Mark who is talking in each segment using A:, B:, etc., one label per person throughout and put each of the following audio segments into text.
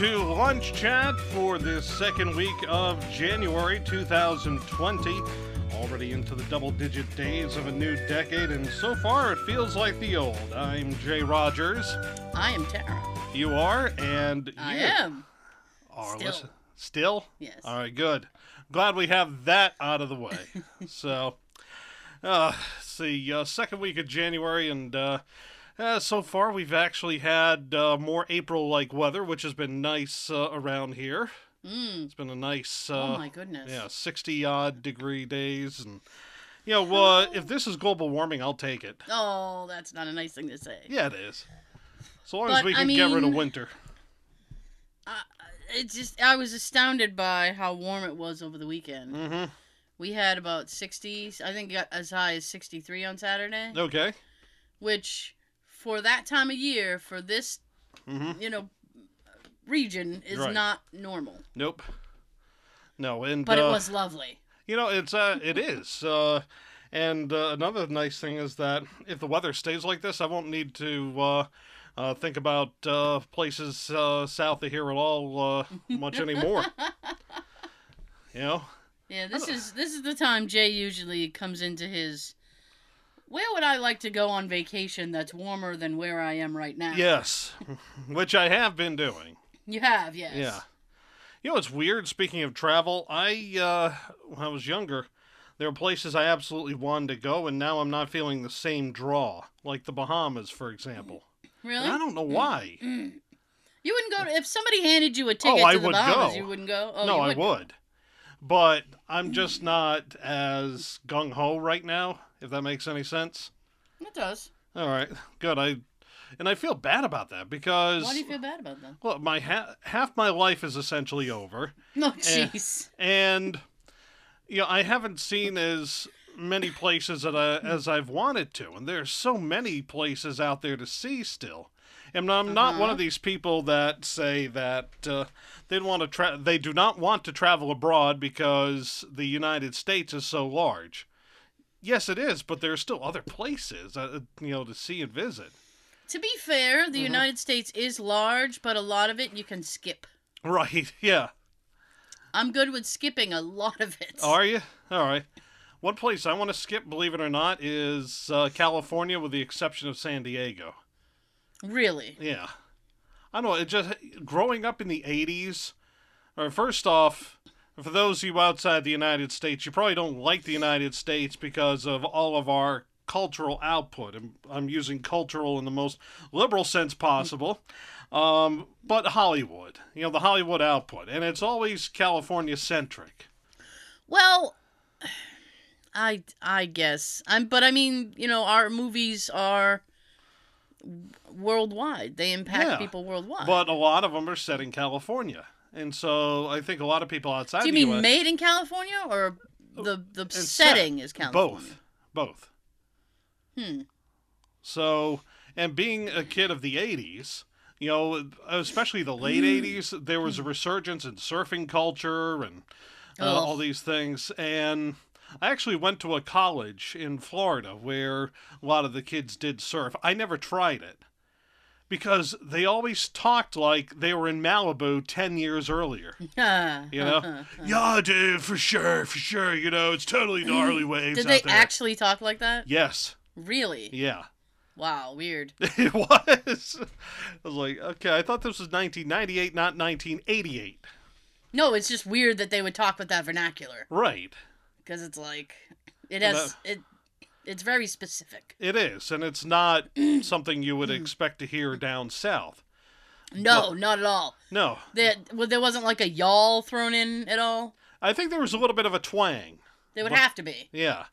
A: to Lunch Chat for this second week of January 2020. Already into the double digit days of a new decade, and so far it feels like the old. I'm Jay Rogers.
B: I am Tara.
A: You are, and
B: I
A: you
B: am.
A: are
B: Still.
A: listen- still?
B: Yes.
A: All right, good. Glad we have that out of the way. so, uh, it's the uh, second week of January, and uh, uh, so far we've actually had uh, more April-like weather, which has been nice uh, around here.
B: Mm.
A: It's been a nice,
B: oh
A: uh,
B: my goodness.
A: yeah, sixty-odd degree days, and you know, uh, if this is global warming, I'll take it.
B: Oh, that's not a nice thing to say.
A: Yeah, it is. So long as
B: But,
A: we
B: I
A: can get rid of
B: mean-
A: winter.
B: It's just I was astounded by how warm it was over the weekend.
A: Mm-hmm.
B: We had about 60, I think it got as high as 63 on Saturday,
A: Okay.
B: which for that time of year for this,
A: Mm-hmm.
B: you know, region is
A: Right.
B: not normal.
A: Nope. No, and
B: But
A: uh,
B: it was lovely.
A: You know, it's uh, it is. Uh, and uh, another nice thing is that if the weather stays like this, I won't need to uh, uh, think about uh, places uh, south of here at all uh, much anymore. you know,
B: Yeah, this is this is the time Jay usually comes into his where would I like to go on vacation that's warmer than where I am right now?
A: yes, which I have been doing.
B: You have, yes.
A: Yeah. You know, it's weird. Speaking of travel, I uh, when I was younger, there were places I absolutely wanted to go, and now I'm not feeling the same draw, like the Bahamas, for example.
B: Really? Mm.
A: And I don't know why.
B: You wouldn't go to, if somebody handed you a ticket
A: Oh, I
B: to the
A: would
B: Bahamas,
A: go.
B: you wouldn't go? Oh,
A: no,
B: you
A: I would. But I'm just not as gung ho right now, if that makes any sense.
B: That does.
A: All right, good. I and I feel bad about that because
B: Why do you feel bad about that? Oh,
A: well, my ha- half my life is essentially over,
B: No, jeez.
A: and you know I haven't seen as many places that I, as I've wanted to, and there's so many places out there to see still. And I'm not one
B: Uh-huh.
A: of these people that say that uh, they want to tra- they do not want to travel abroad because the United States is so large. Yes, it is, but there are still other places uh, you know to see and visit.
B: To be fair,
A: Mm-hmm.
B: the United States is large, but a lot of it you can skip.
A: Right? Yeah.
B: I'm good with skipping a lot of it.
A: Are you? All right. One place I want to skip, believe it or not, is uh, California, with the exception of San Diego.
B: Really?
A: Yeah. I don't know. It just growing up in the 80s. Or first off, for those of you outside the United States, you probably don't like the United States because of all of our cultural output. And I'm using cultural in the most liberal sense possible. Um, but Hollywood, you know, the Hollywood output. And it's always California centric.
B: Well, I I guess. I'm but I mean, you know, our movies are worldwide. They impact
A: Yeah,
B: people worldwide.
A: But a lot of them are set in California. And so I think a lot of people outside
B: do you
A: the
B: mean
A: US,
B: made in California or the the
A: Oh, set.
B: setting is California?
A: both. Both.
B: Hmm.
A: So, and being a kid of the 80s, you know, especially the late
B: Mm.
A: 80s, there was a resurgence in surfing culture and uh,
B: Ugh.
A: all these things. And I actually went to a college in Florida where a lot of the kids did surf. I never tried it because they always talked like they were in Malibu 10 years earlier. You know? yeah, dude, for sure, for sure. You know, it's totally gnarly waves
B: Did
A: out
B: they
A: there.
B: actually talk like that?
A: Yes.
B: Really?
A: Yeah.
B: Wow, weird.
A: It was. I was like, okay, I thought this was 1998, not 1988.
B: No, it's just weird that they would talk with that vernacular
A: Right.
B: because it's like it
A: Well,
B: has it. It's very specific.
A: It is, and it's not something you would expect to hear
B: Mm.
A: down south.
B: No,
A: Well-
B: not at all.
A: No,
B: There, well, there wasn't like a y'all thrown in at all.
A: I think there was a little bit of a twang.
B: They would
A: Well-
B: have to be.
A: Yeah.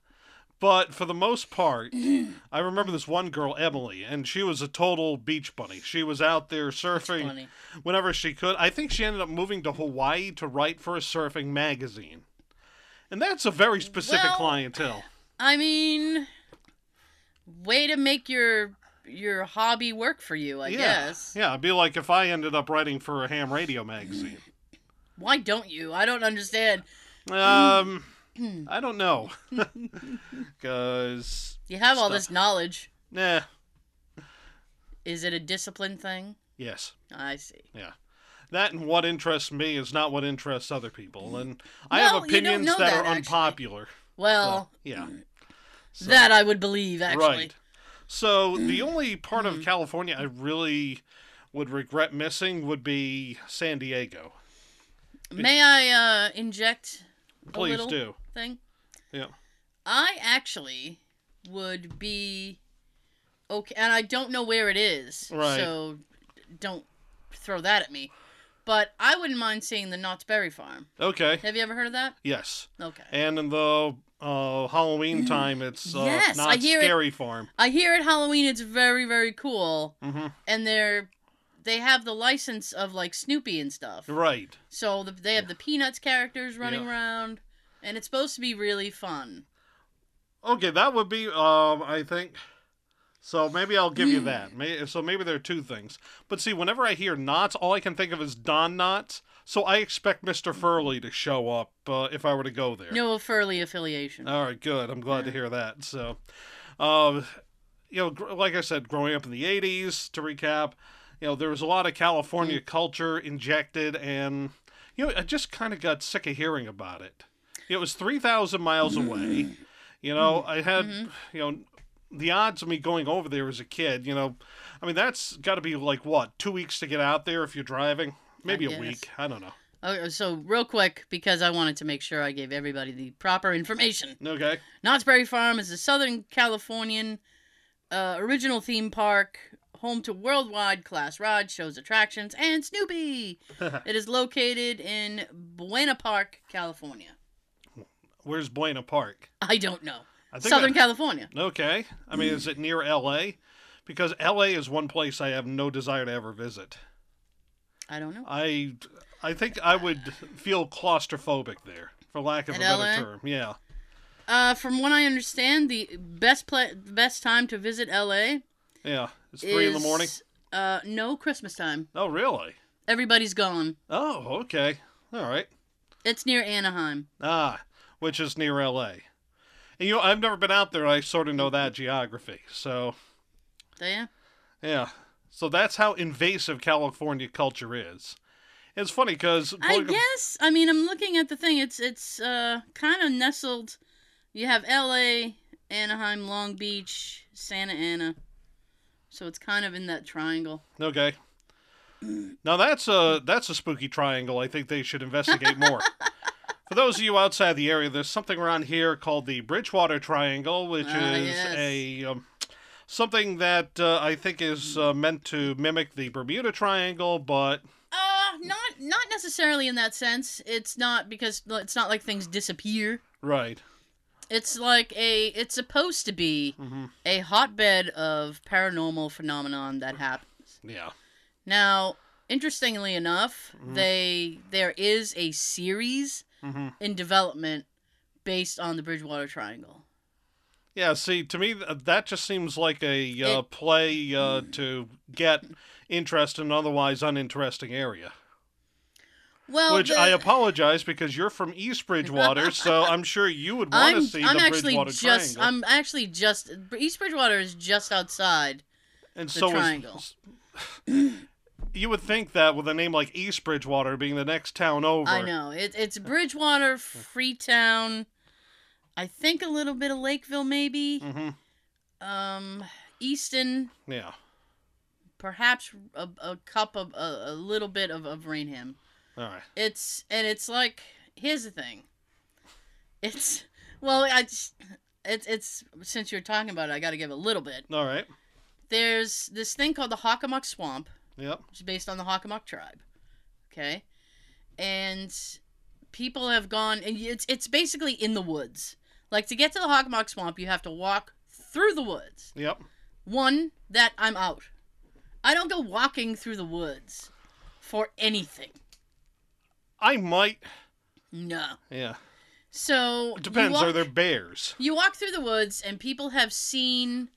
A: But for the most part, I remember this one girl, Emily, and she was a total beach bunny. She was out there surfing
B: Funny.
A: whenever she could. I think she ended up moving to Hawaii to write for a surfing magazine. And that's a very specific
B: Well-
A: clientele.
B: I mean, way to make your your hobby work for you. I
A: yeah.
B: guess.
A: Yeah, it'd be like if I ended up writing for a ham radio magazine.
B: Why don't you? I don't understand.
A: Um, I don't know. Because,
B: You have all
A: Stuff.
B: this knowledge.
A: nah,
B: Is it a discipline thing?
A: yes.
B: I see.
A: that and what interests me is not what interests other people. And I have
B: No, you don't
A: opinions
B: know
A: that,
B: that,
A: are
B: actually.
A: unpopular.
B: Well, mm,
A: Yeah. So-
B: that I would believe actually. Mm-hmm.
A: Right. So the only part of California I really would regret missing would be San Diego.
B: May I uh, inject a
A: Please
B: little
A: do.
B: thing?
A: Yeah.
B: I actually would be okay, and I don't know where it is,
A: Right.
B: so don't throw that at me. But I wouldn't mind seeing the Knott's Berry Farm.
A: Okay.
B: Have you ever heard of that?
A: Yes.
B: Okay.
A: And in the uh, Halloween time, it's uh,
B: Mm-hmm. Yes, I
A: not
B: hear it.
A: scary farm.
B: I hear at Halloween it's very very cool,
A: hmm
B: and they're they have the license of like Snoopy and stuff.
A: Right.
B: So the, they have the Peanuts characters running
A: Yeah.
B: around, and it's supposed to be really fun.
A: Okay, that would be. Um, I think. So maybe I'll give you that.
B: Mm.
A: May so maybe there are two things. But see, whenever I hear knots, all I can think of is Don Knotts. So I expect Mr. Furley to show up uh, if I were to go there.
B: No Furley affiliation.
A: All right, good. I'm glad to
B: Yeah.
A: hear that. So, um, you know, gr- like I said, growing up in the '80s, to recap, you know, there was a lot of
B: Mm.
A: California culture injected, and you know, I just kind of got sick of hearing about it. It was three thousand miles away. You know,
B: Mm-hmm.
A: I had, you know, the odds of me going over there as a kid. You know, I mean, that's got to be like what two weeks to get out there if you're driving, maybe a
B: guess.
A: week. I don't know.
B: Okay, Oh, so real quick, because I wanted to make sure I gave everybody the proper information.
A: Okay.
B: Knott's Berry Farm is a Southern Californian uh, original theme park, home to worldwide class rides, shows, attractions, and Snoopy. it is located in Buena Park, California.
A: Where's Buena Park?
B: I don't know.
A: I think
B: Southern
A: I-
B: California.
A: Okay. I mean, is it near LA? Because LA is one place I have no desire to ever visit.
B: I don't know.
A: I I think I would feel claustrophobic there, for lack of
B: At
A: a better
B: LA?
A: term. Yeah.
B: Uh, from what I understand, the best pla- best time to visit LA
A: Yeah. It's three in the
B: is,
A: morning.
B: Uh, no Christmas time.
A: Oh, really?
B: Everybody's gone.
A: Oh, okay. All right.
B: It's near Anaheim.
A: Ah, which is near LA. And you know, I've never been out there. I sort of know that geography. So,
B: There.
A: yeah. So that's how invasive California culture is. It's funny because
B: I guess. I mean, I'm looking at the thing. It's it's uh kind of nestled. You have L.A., Anaheim, Long Beach, Santa Ana. So it's kind of in that triangle.
A: Okay. Now that's a that's a spooky triangle. I think they should investigate more. For those of you outside the area, there's something around here called the Bridgewater Triangle, which
B: Ah,
A: is
B: yes.
A: a um, something that uh, I think is uh, meant to mimic the Bermuda Triangle, but
B: Uh, not not necessarily in that sense. It's not because it's not like things disappear.
A: right.
B: It's like a it's supposed to be
A: hmm
B: a hotbed of paranormal phenomenon that happens.
A: Yeah.
B: Now, interestingly enough,
A: Mhm.
B: they there is a series
A: hmm
B: in development based on the Bridgewater Triangle.
A: Yeah. See, to me, th- that just seems like a uh,
B: It-
A: play uh, to get interest in an otherwise uninteresting area.
B: Well,
A: Which
B: the-
A: I apologize because you're from East Bridgewater, so I'm sure you would want to
B: I'm,
A: see
B: I'm
A: the
B: actually
A: Bridgewater
B: just
A: Triangle.
B: I'm actually just East Bridgewater is just outside.
A: and
B: the
A: so is-
B: triangle.
A: you would think that with a name like East Bridgewater being the next town over.
B: I know it, it's Bridgewater, Freetown. I think a little bit of Lakeville, maybe.
A: hmm
B: Um, Easton,
A: Yeah.
B: perhaps a, a cup of a, a little bit of, of Rainham.
A: All right.
B: It's and it's like here's the thing. It's well, I just it's it's since you're talking about it, I got to give a little bit.
A: All right.
B: There's this thing called the Hockamuck Swamp,
A: Yep.
B: which is based on the Hockamuck tribe. Okay, and people have gone and it's it's basically in the woods. Like to get to the Hockamuck Swamp, you have to walk through the woods.
A: Yep.
B: One that I'm out. I don't go walking through the woods for anything.
A: I might.
B: No.
A: Yeah.
B: So you
A: It depends.
B: walk-
A: Are there bears?
B: You walk through the woods and people have seen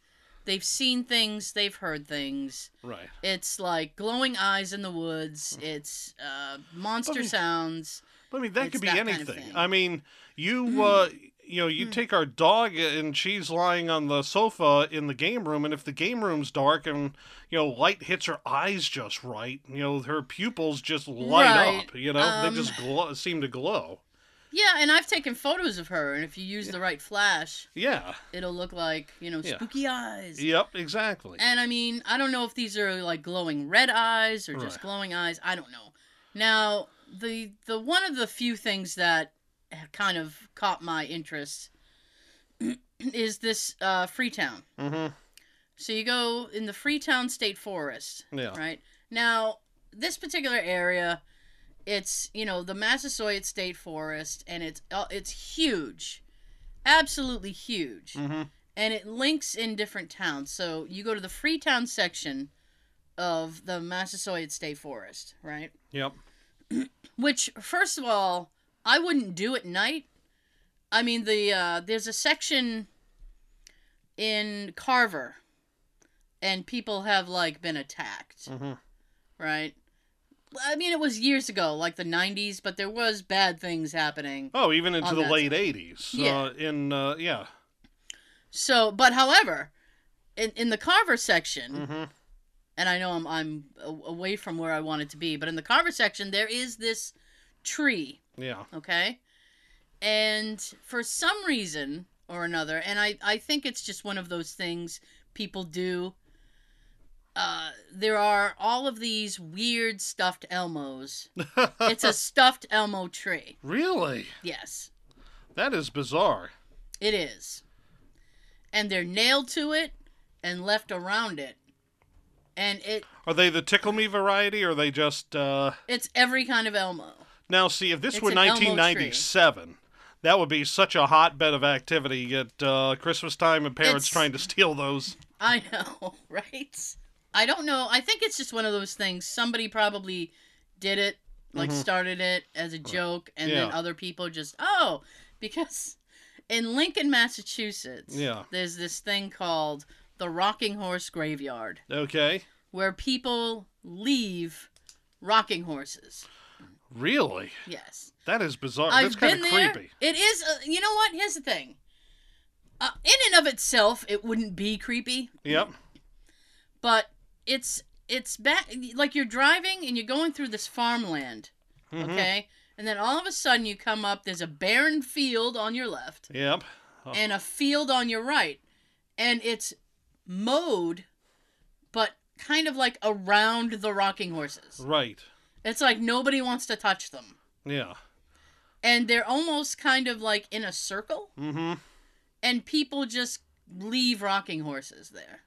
B: they've seen things, they've heard things.
A: Right.
B: It's like glowing eyes in the woods,
A: Hmm.
B: it's uh monster
A: Okay.
B: sounds.
A: But I mean, that
B: It's
A: could be
B: that Hmm. kind of
A: anything.
B: thing.
A: I mean, you uh, you know, you
B: Hmm.
A: take our dog and she's lying on the sofa in the game room, and if the game room's dark and you know light hits her eyes just right, you know her pupils just light
B: Right.
A: up. You know,
B: Um,
A: they just glow, seem to glow.
B: Yeah, and I've taken photos of her, and if you use the right flash,
A: Yeah.
B: it'll look like you know
A: Yeah.
B: spooky eyes.
A: Yep. Exactly.
B: And I mean, I don't know if these are like glowing red eyes or just
A: Right.
B: glowing eyes. I don't know. Now, the the one of the few things that kind of caught my interest is this uh, Freetown.
A: Mm-hmm.
B: So you go in the Freetown State Forest,
A: Yeah.
B: right? Now, this particular area, it's you know the Massasoit State Forest, and it's uh, it's huge, absolutely huge
A: Mm-hmm.
B: and it links in different towns. So you go to the Freetown section of the Massasoit State Forest, right?
A: Yep.
B: Which, first of all, I wouldn't do at night. I mean, the uh, there's a section in Carver, and people have like been attacked,
A: Mm-hmm.
B: right? I mean, it was years ago, like the '90s, but there was bad things happening.
A: Oh, even into
B: On
A: the
B: that
A: late '80s.
B: Yeah.
A: Uh, in uh, yeah.
B: So, but however, in in the Carver section.
A: Mm-hmm.
B: and I know I'm I'm a- away from where I want it to be, but in the carver section there is this tree,
A: mm-hmm, Yeah.
B: okay? And for some reason or another, and I I think it's just one of those things people do. Uh, there are all of these weird stuffed Elmos. It's a stuffed Elmo tree.
A: really.
B: Yes,
A: That is bizarre.
B: it is. And they're nailed to it and left around it. And it
A: Are they the tickle me variety, or are they just? Uh...
B: it's every kind of Elmo.
A: Now, see, if this
B: It's
A: were
B: an elmo tree.
A: 1997, that would be such a hotbed of activity at uh, Christmas time and parents
B: It's-
A: trying to steal those.
B: I know, right? I don't know. I think it's just one of those things. Somebody probably did it, like started it as a joke, and then
A: Mm-hmm. Yeah.
B: other people just, oh, because in Lincoln, Massachusetts,
A: Yeah.
B: there's this thing called the Rocking Horse Graveyard
A: Okay.
B: where people leave rocking horses.
A: Really?
B: Yes.
A: That is bizarre. Oh, That's
B: I've
A: kind
B: been
A: of
B: there.
A: creepy.
B: It is, uh, you know what? Here's the thing. Uh, in and of itself, it wouldn't be creepy.
A: Yep.
B: but it's it's back like you're driving and you're going through this farmland
A: Mhm.
B: okay and then all of a sudden you come up there's a barren field on your left
A: Yep.
B: and a field on your right and it's mowed but kind of like around the rocking horses
A: Right.
B: it's like nobody wants to touch them
A: Yeah.
B: and they're almost kind of like in a circle
A: Mm-hmm.
B: and people just leave rocking horses there.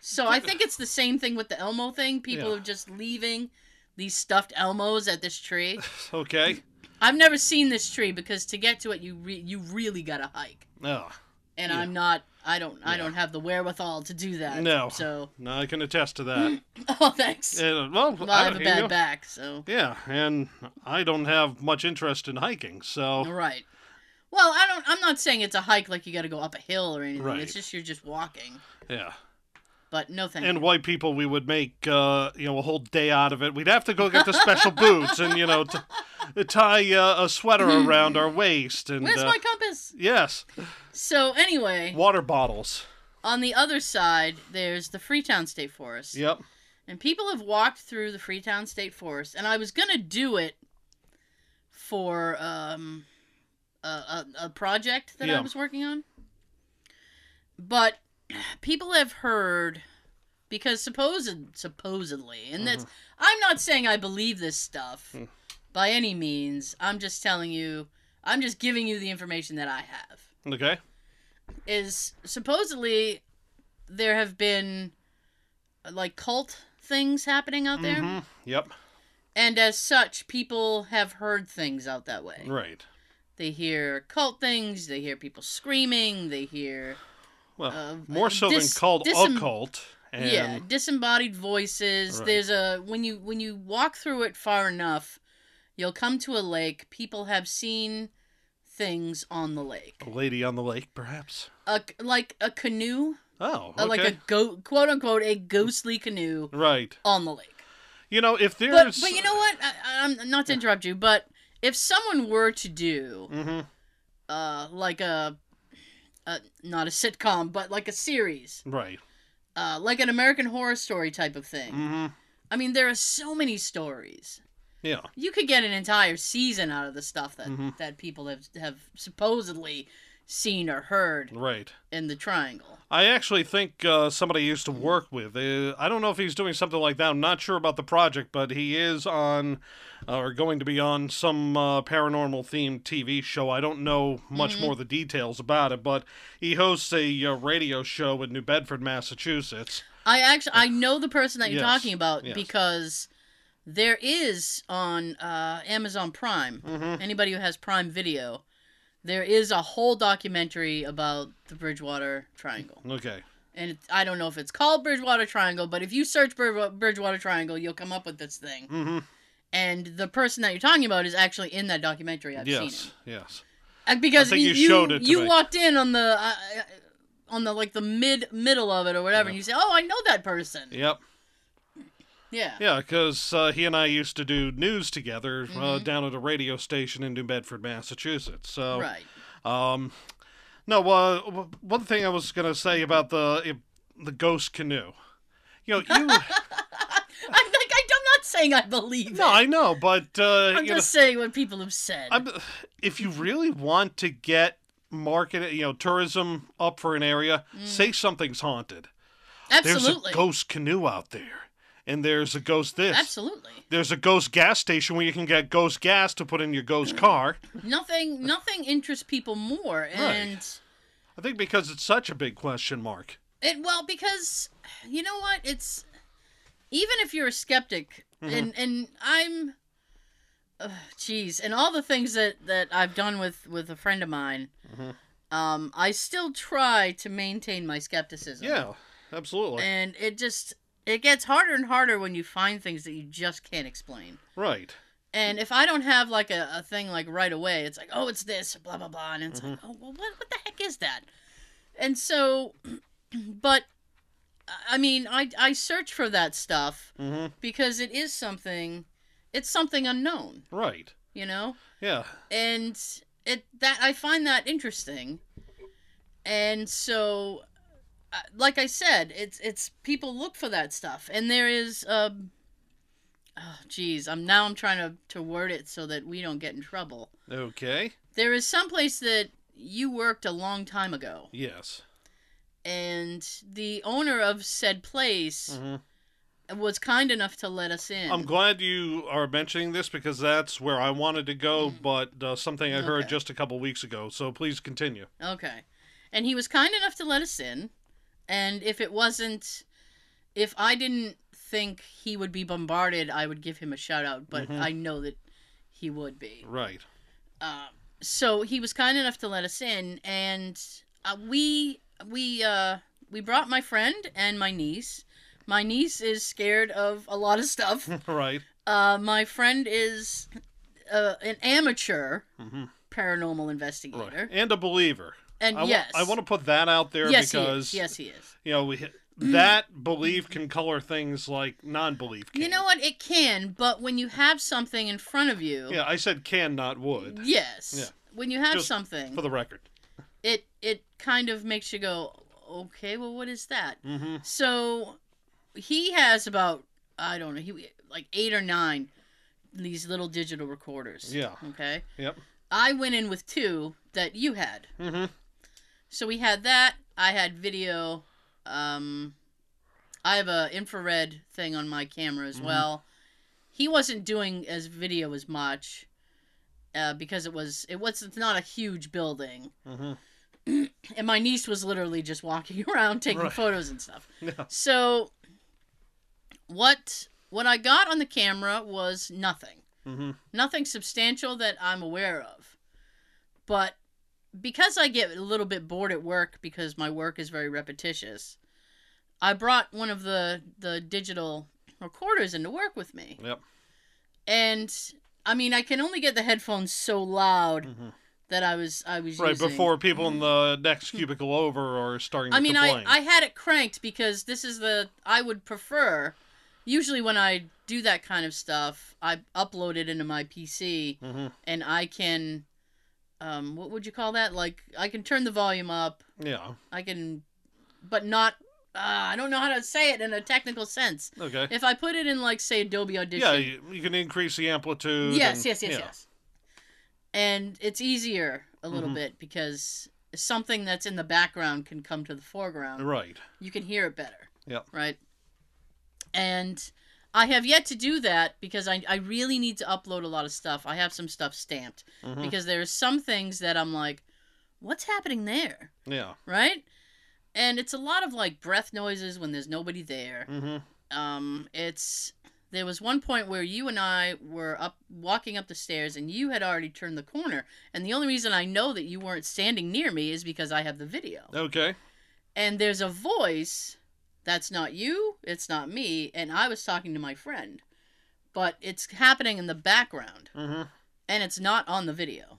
B: So I think it's the same thing with the Elmo thing. People
A: Yeah.
B: are just leaving these stuffed Elmos at this tree.
A: Okay.
B: I've never seen this tree because to get to it, you re- you really gotta hike,
A: No.
B: and
A: Yeah.
B: I'm not. I don't. I
A: Yeah.
B: don't have the wherewithal to do that.
A: No.
B: So
A: No, I can attest to that.
B: oh, thanks.
A: Uh, well,
B: well,
A: I
B: I have a
A: don't- you
B: bad
A: know-
B: back. So
A: Yeah, and I don't have much interest in hiking,
B: all
A: so
B: right. Well, I don't. I'm not saying it's a hike like you got to go up a hill or anything.
A: Right.
B: It's just you're just walking.
A: yeah.
B: But no thanks.
A: and white people we would make uh, you know a whole day out of it we'd have to go get the special boots and you know t- tie uh, a sweater around our waist and
B: Where's
A: uh,
B: my compass?
A: yes
B: So anyway,
A: water bottles
B: On the other side, there's the Freetown State Forest.
A: yep
B: And people have walked through the Freetown State Forest, and I was going to do it for um, a, a, a project that
A: Yeah.
B: I was working on. But people have heard because supposed supposedly, and that's I'm not saying I believe this stuff
A: Mm.
B: by any means. I'm just telling you, I'm just giving you the information that I have
A: okay
B: is supposedly there have been like cult things happening out there
A: Mhm. yep
B: and as such people have heard things out that way
A: right
B: they hear cult things they hear people screaming they hear
A: well
B: Uh,
A: more so
B: dis-
A: than called
B: disem-
A: occult and
B: yeah disembodied voices
A: Right.
B: there's a when you when you walk through it far enough you'll come to a lake people have seen things on the lake
A: a lady on the lake perhaps
B: a, like a canoe
A: oh okay
B: uh, like a go- quote unquote a ghostly canoe
A: right
B: on the lake
A: you know if there's
B: but, but you know what? I, I'm not to interrupt you, but if someone were to do
A: Mhm.
B: uh, like a, a not a sitcom, but like a series,
A: Right.
B: uh, like an American Horror Story type of thing.
A: hmm
B: I mean, there are so many stories.
A: Yeah.
B: You could get an entire season out of the stuff that
A: Mhm.
B: that people have have supposedly seen or heard
A: Right.
B: in the Triangle.
A: I actually think uh, somebody I used to work with. Uh, I don't know if he's doing something like that. I'm not sure about the project, but he is on uh, or going to be on some uh, paranormal themed TV show. I don't know much
B: Mhm.
A: more of the details about it, but he hosts a uh, radio show in New Bedford, Massachusetts.
B: I actually I know the person that you're
A: Yes,
B: talking about
A: yes.
B: because there is on uh, Amazon Prime.
A: hmm
B: Anybody who has Prime Video, there is a whole documentary about the Bridgewater Triangle,
A: Okay.
B: and it, I don't know if it's called Bridgewater Triangle, but if you search Brid- Bridgewater Triangle, you'll come up with this thing.
A: hmm
B: And the person that you're talking about is actually in that documentary. I've seen
A: Yes.
B: it
A: Yes.
B: And because
A: I think
B: you
A: you showed it to
B: you
A: me.
B: walked in on the. Uh, uh, on the like the mid middle of it or whatever, and you say, "Oh, I know that person."
A: Yep.
B: Yeah.
A: Yeah, because uh, he and I used to do news together uh,
B: Mhm.
A: down at a radio station in New Bedford, Massachusetts. So.
B: Right.
A: Um, no, uh, w- one thing I was gonna say about the i- the ghost canoe. You know, you.
B: I'm like, I- I'm not saying I believe
A: no,
B: it.
A: I know, but uh,
B: I'm
A: you
B: just saying what people have said.
A: know, I'm, if you really want to get market, you know, tourism up for an area, say something's haunted.
B: Mm. Absolutely.
A: There's a ghost canoe out there, and there's a ghost this.
B: Absolutely.
A: There's a ghost gas station where you can get ghost gas to put in your ghost
B: Mm-hmm.
A: car.
B: Nothing nothing interests people more and
A: I think because it's such a big question mark.
B: it well because you know what? It's even if you're a skeptic
A: Mhm.
B: and and I'm ugh, jeez, and all the things that that I've done with with a friend of mine,
A: Mhm.
B: um I still try to maintain my skepticism.
A: Yeah, absolutely.
B: And it just it gets harder and harder when you find things that you just can't explain.
A: right.
B: And if I don't have like a, a thing like right away, it's like, oh, it's this, blah blah blah, and it's like, oh, well, what what the heck is that? And so, but I- I mean, I I search for that stuff
A: hmm
B: because it is something, it's something unknown,
A: Right.
B: you know,
A: Yeah.
B: and it that I find that interesting, and so, uh, like I said, it's it's people look for that stuff, and there is um. Oh, geez. I'm now I'm trying to, to word it so that we don't get in trouble.
A: Okay.
B: There is some place that you worked a long time ago,
A: Yes.
B: and the owner of said place
A: Mhm.
B: was kind enough to let us in.
A: I'm glad you are mentioning this because that's where I wanted to go, but uh, something I heard
B: Mm. Okay.
A: just a couple weeks ago. So please continue.
B: okay, and he was kind enough to let us in, and if it wasn't, if I didn't think he would be bombarded, I would give him a shout out, but
A: Mhm.
B: I know that he would be.
A: Right.
B: Uh, so he was kind enough to let us in, and uh, we we uh, we brought my friend and my niece. My niece is scared of a lot of stuff.
A: right.
B: Uh, my friend is uh, an amateur
A: hmm
B: paranormal
A: Right.
B: investigator,
A: And a believer.
B: and
A: I wa-
B: yes,
A: I want to put that out there
B: yes,
A: because
B: he is. yes, he is.
A: you know we, that belief can color things like non-belief. Can.
B: You know what? It can, but when you have something in front of you,
A: Yeah, I said can not would
B: yes,
A: Yeah.
B: when you have
A: Just
B: something,
A: for the record.
B: it it kind of makes you go, okay, well, what is that?
A: hmm
B: So he has about I don't know, he like eight or nine these little digital recorders.
A: Yeah.
B: Okay.
A: Yep.
B: I went in with two that you had.
A: hmm
B: So we had that. I had video. Um, I have a infrared thing on my camera as
A: Mhm.
B: well. He wasn't doing as video as much uh, because it was it was it's not a huge building,
A: hmm
B: and my niece was literally just walking around taking
A: Right.
B: photos and stuff.
A: Yeah.
B: So what what I got on the camera was nothing. Mm-hmm.
A: hmm
B: Nothing substantial that I'm aware of. But because I get a little bit bored at work because my work is very repetitious, I brought one of the the digital recorders into work with me.
A: Yep.
B: And I mean, I can only get the headphones so loud
A: hmm
B: that I was I was
A: Right
B: Mm-hmm. using. Mm-hmm.
A: before people in the next cubicle over are starting. To
B: I mean, I,
A: complain.
B: I had it cranked because this is the I would prefer. Usually, when I do that kind of stuff, I upload it into my PC
A: hmm
B: and I can um, what would you call that? Like, I can turn the volume up.
A: Yeah.
B: I can, but not. Uh, I don't know how to say it in a technical sense.
A: Okay.
B: If I put it in, like, say, Adobe Audition.
A: Yeah, you, you can increase the amplitude.
B: yes,
A: and-
B: yes, yes,
A: yeah.
B: yes. And it's easier a little
A: Mhm.
B: bit because something that's in the background can come to the foreground.
A: Right.
B: You can hear it better.
A: Yep.
B: Right. And I have yet to do that because I, I really need to upload a lot of stuff. I have some stuff stamped
A: Mhm.
B: because there are some things that I'm like, what's happening there?
A: Yeah.
B: Right? And it's a lot of like breath noises when there's nobody there
A: hmm
B: um it's there was one point where you and I were up walking up the stairs and you had already turned the corner and the only reason I know that you weren't standing near me is because I have the video.
A: Okay.
B: And there's a voice that's not you, it's not me, and I was talking to my friend. But it's happening in the background
A: hmm
B: and it's not on the video.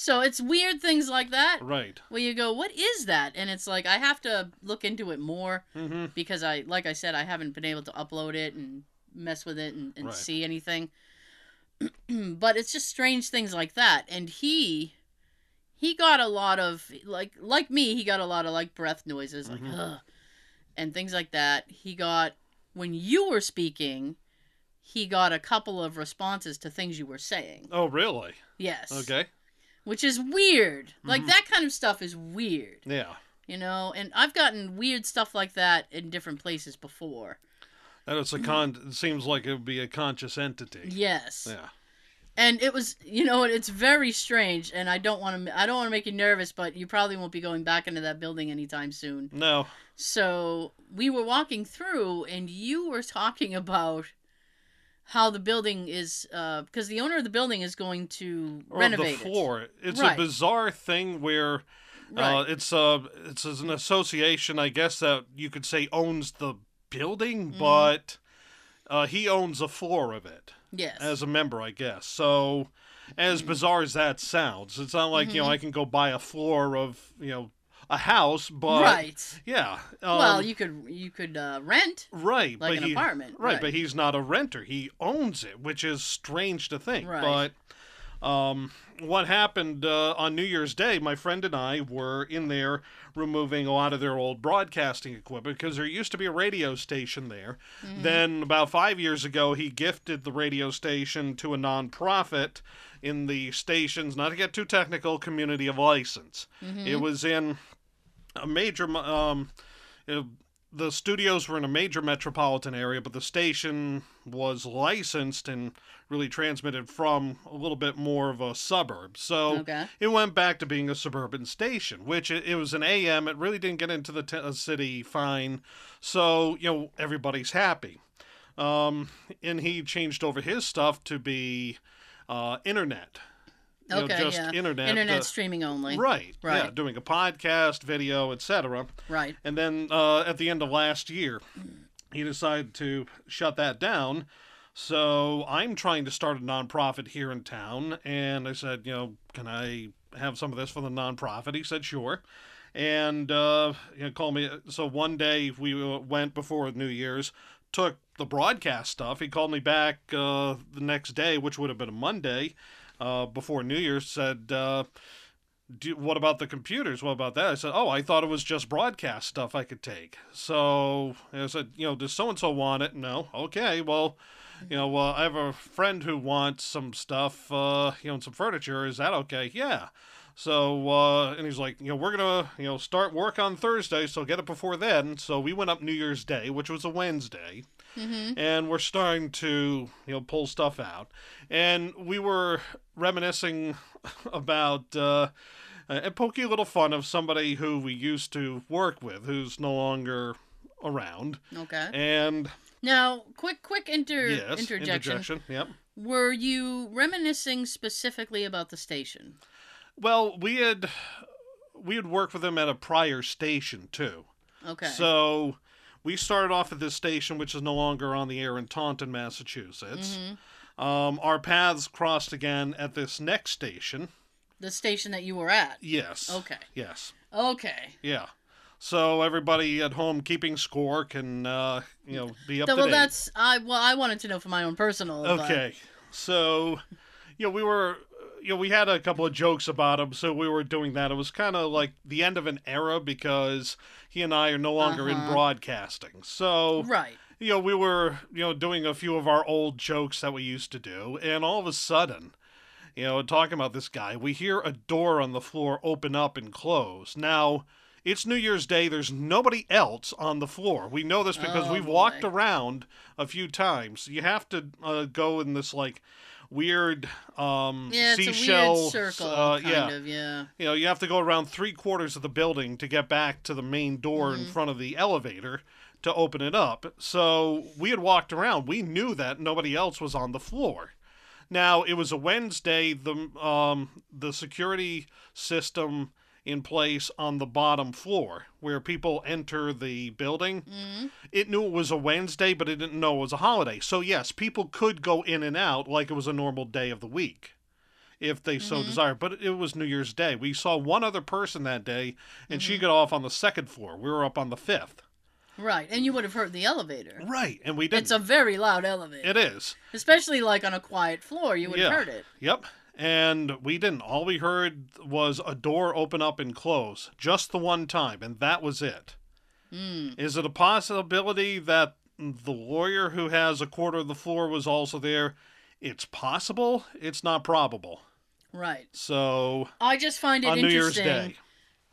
B: So it's weird things like that
A: Right.
B: where you go, "What is that?" and it's like I have to look into it more
A: hmm
B: because I, like I said, I haven't been able to upload it and mess with it and, and
A: Right.
B: see anything. but it's just strange things like that. And he, he got a lot of like, like me, he got a lot of like breath noises, like
A: Mhm.
B: ugh, and things like that. He got when you were speaking, he got a couple of responses to things you were saying.
A: Oh, really?
B: Yes.
A: Okay.
B: Which is weird. Like
A: Mhm.
B: that kind of stuff is weird
A: Yeah.
B: you know and i've gotten weird stuff like that in different places before
A: That it's a con. It seems like it would be a conscious entity.
B: Mm-hmm. yes
A: Yeah.
B: and it was you know it's very strange and i don't want to i don't want to make you nervous but you probably won't be going back into that building anytime soon
A: No.
B: so we were walking through and you were talking about how the building is because the owner of the building is going to
A: Or
B: renovate
A: Oh, the
B: it.
A: floor. It's
B: Right.
A: a bizarre thing where
B: right
A: uh, it's a it's an association, I guess that you could say owns the building,
B: Mhm.
A: but uh, he owns a floor of it.
B: yes Mm-hmm.
A: as a member, I guess. So, as bizarre as that sounds, it's not like you know
B: Mhm.
A: I can go buy a floor of you know a house, but
B: right
A: yeah, um,
B: well you could you could uh, rent
A: right,
B: like
A: but
B: an
A: he,
B: apartment
A: right, but he's not a renter; he owns it, which is strange to think.
B: Right.
A: But um, what happened uh, on New Year's Day? My friend and I were in there removing a lot of their old broadcasting equipment because there used to be a radio station there.
B: Mhm.
A: Then, about five years ago, he gifted the radio station to a nonprofit in the station's, not to get too technical, community of license.
B: Mhm.
A: It was in a major, mo- um, it- the studios were in a major metropolitan area, but the station was licensed and really transmitted from a little bit more of a suburb. So,
B: okay
A: it went back to being a suburban station, which it, it was an AM. It really didn't get into the t- uh, city fine. So, you know, everybody's happy. Um, and he changed over his stuff to be uh, internet. You know,
B: Okay,
A: just
B: yeah.
A: internet.
B: internet
A: the-
B: streaming only
A: right, Yeah,
B: Right.
A: doing a podcast, video, etc.
B: right
A: And then uh, at the end of last year, he decided to shut that down. So I'm trying to start a nonprofit here in town. And I said, you know, can I have some of this for the nonprofit? He said, sure. And uh, you know, called me. So one day we uh, went before New Year's, took the broadcast stuff. He called me back uh, the next day, which would have been a Monday uh, before New Year's, said, uh, do, what about the computers? What about that? I said, oh, I thought it was just broadcast stuff I could take. So I said, you know, does so and so want it? No. Okay, well, you know, uh, I have a friend who wants some stuff, uh, you know, and some furniture. Is that okay? Yeah. So, uh, and he's like, you know, we're going to, you know, start work on Thursday, so get it before then. So we went up New Year's Day, which was a Wednesday
B: mm-hmm.
A: and we're starting to you know pull stuff out and we were reminiscing about uh and poking a little fun of somebody who we used to work with who's no longer around
B: okay
A: and
B: now quick quick inter
A: yes
B: interjection.
A: interjection yep
B: were you reminiscing specifically about the station
A: well we had we had worked with him at a prior station too
B: okay
A: so we started off at this station which is no longer on the air in taunton massachusetts
B: Mhm.
A: um, our paths crossed again at this next station
B: the station that you were at
A: Yes.
B: okay
A: Yes.
B: okay
A: Yeah. So everybody at home keeping score can uh, you know be up to
B: Th- well
A: date.
B: that's i well i wanted to know for my own personal but-
A: okay. So you know we were you know, we had a couple of jokes about him, so we were doing that. It was kind of like the end of an era because he and I are no longer in
B: Uh-huh.
A: broadcasting. So,
B: Right.
A: you know, we were, you know, doing a few of our old jokes that we used to do, and all of a sudden, you know, talking about this guy, we hear a door on the floor open up and close. Now, it's New Year's Day, there's nobody else on the floor. We know this because
B: Oh,
A: we've walked
B: boy.
A: around a few times. You have to uh, go in this, like, weird um
B: Yeah, it's
A: seashell
B: a weird circle,
A: uh,
B: kind
A: yeah
B: of. Yeah.
A: you know, you have to go around three quarters of the building to get back to the main door in front of the elevator to open it up. So we had walked around. We knew that nobody else was on the floor. Now it was a Wednesday. The um the security system in place on the bottom floor where people enter the building.
B: Mhm.
A: It knew it was a Wednesday, but it didn't know it was a holiday. So yes, people could go in and out like it was a normal day of the week if they so
B: Mhm.
A: desire. But it was New Year's Day. We saw one other person that day, and
B: Mm-hmm.
A: she got off on the second floor. We were up on the fifth.
B: Right. And you would have heard the elevator.
A: Right, and we didn't.
B: It's a very loud elevator.
A: it is.
B: Especially like on a quiet floor, you would have
A: Yeah.
B: heard it.
A: Yep. And we didn't. All we heard was a door open up and close, just the one time, and that was it.
B: Mm.
A: Is it a possibility that the lawyer who has a quarter of the floor was also there? It's possible. It's not probable.
B: Right.
A: So
B: I just find it
A: on New Year's
B: interesting
A: Day,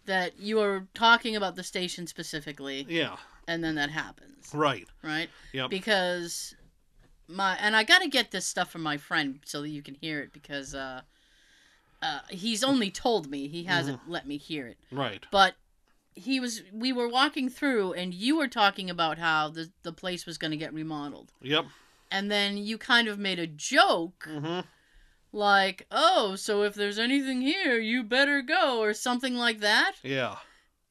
B: that you are talking about the station specifically,
A: yeah,
B: and then that happens,
A: right.
B: right?
A: Yep.
B: Because my and I gotta get this stuff from my friend so that you can hear it because uh, uh, he's only told me he hasn't
A: Mm-hmm.
B: let me hear it,
A: Right.
B: but he was we were walking through and you were talking about how the the place was gonna get remodeled,
A: Yep.
B: and then you kind of made a joke
A: hmm
B: like, "Oh, so if there's anything here, you better go" or something like that.
A: Yeah.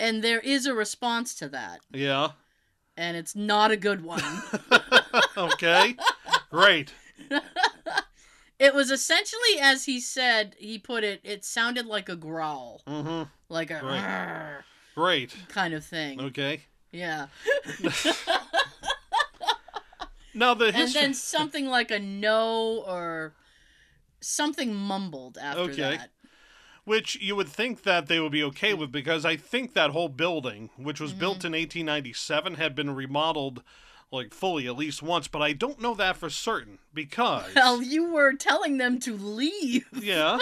B: And there is a response to that,
A: Yeah.
B: and it's not a good one.
A: okay. Great.
B: it was essentially, as he said, he put it, it sounded like a growl,
A: hmm
B: like a
A: Right.
B: "Arr"
A: Great.
B: kind of thing.
A: Okay.
B: Yeah.
A: Now the
B: And
A: history.
B: then something like a no or something mumbled after
A: Okay.
B: that.
A: which you would think that they would be okay with because I think that whole building, which was
B: Mm-hmm.
A: built in 1897, had been remodeled like fully at least once, but I don't know that for certain because
B: Well, you were telling them to leave.
A: yeah.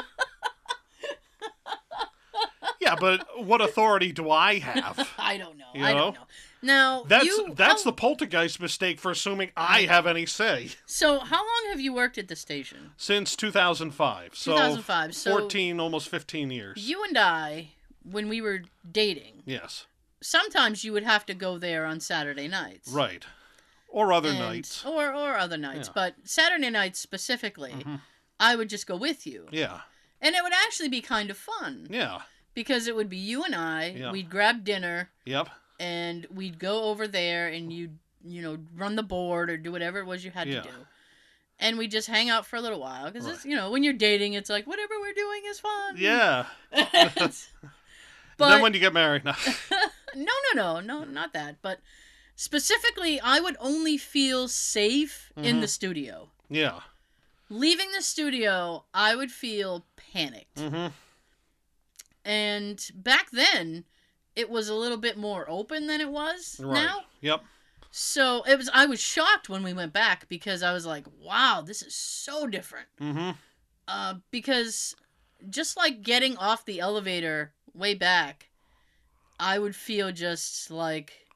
A: yeah, but what authority do I have?
B: I don't know.
A: You
B: I
A: know?
B: don't know. Now
A: That's
B: you,
A: that's
B: how-
A: the poltergeist mistake for assuming I have any say
B: So how long have you worked at the station?
A: since 2005. So
B: 2005. So
A: 14 almost 15 years.
B: you and I, when we were dating,
A: Yes.
B: sometimes you would have to go there on Saturday nights.
A: Right. Or other
B: And- oh,
A: nights.
B: Or or other nights,
A: Yeah.
B: but Saturday nights specifically,
A: Mhm.
B: I would just go with you.
A: Yeah.
B: And it would actually be kind of fun
A: Yeah.
B: because it would be you and I,
A: Yeah.
B: we'd grab dinner
A: Yep.
B: and we'd go over there and you'd, you know, run the board or do whatever it was you had
A: Yeah.
B: to do. And we just hang out for a little while because
A: Right.
B: it's you know when you're dating it's like whatever we're doing is fun.
A: Yeah.
B: but
A: And then when you get married. No.
B: no, no, no, no, not that. But specifically, I would only feel safe in the studio.
A: yeah.
B: Leaving the studio, I would feel panicked.
A: hmm
B: And back then, it was a little bit more open than it was
A: Right.
B: now.
A: Yep.
B: So it was. I was shocked when we went back because I was like, "Wow, this is so different."
A: hmm
B: Uh, because just like getting off the elevator way back, I would feel just like,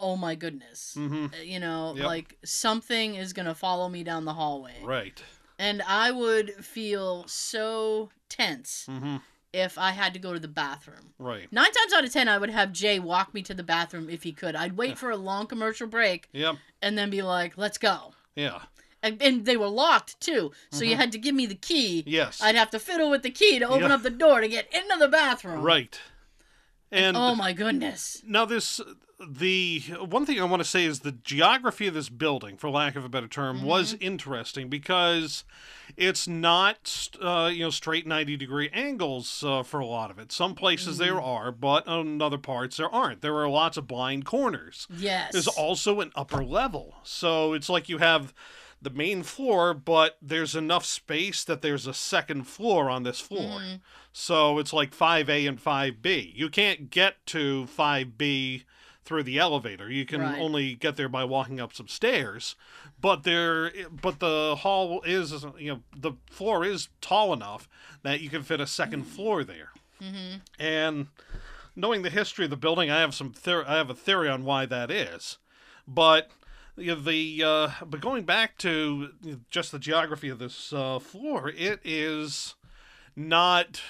B: oh my goodness.
A: hmm
B: You know,
A: Yep.
B: like something is going to follow me down the hallway.
A: Right.
B: And I would feel so tense
A: hmm
B: if I had to go to the bathroom.
A: Right.
B: Nine times out of ten, I would have Jay walk me to the bathroom if he could. I'd wait for a long commercial break
A: Yep.
B: and then be like, let's go.
A: Yeah.
B: And, and they were locked too. So you had to give me the key.
A: Mm-hmm. Yes.
B: I'd have to fiddle with the key to open
A: Yeah.
B: up the door to get into the bathroom.
A: Right. And
B: oh my goodness.
A: now this the one thing I want to say is the geography of this building, for lack of a better term, was interesting because it's not uh, you know straight ninety degree angles uh, for a lot of it. Some places there are, but on other parts there aren't. There are lots of blind corners.
B: Yes.
A: There's also an upper level. So it's like you have the main floor, but there's enough space that there's a second floor on this floor.
B: Mhm.
A: So it's like 5A and 5B. You can't get to 5B through the elevator. You can
B: Right.
A: only get there by walking up some stairs. But there but the hall is you know the floor is tall enough that you can fit a second floor there.
B: Mhm.
A: And knowing the history of the building, I have some theor- I have a theory on why that is. But you know, the uh, but going back to just the geography of this uh, floor, it is not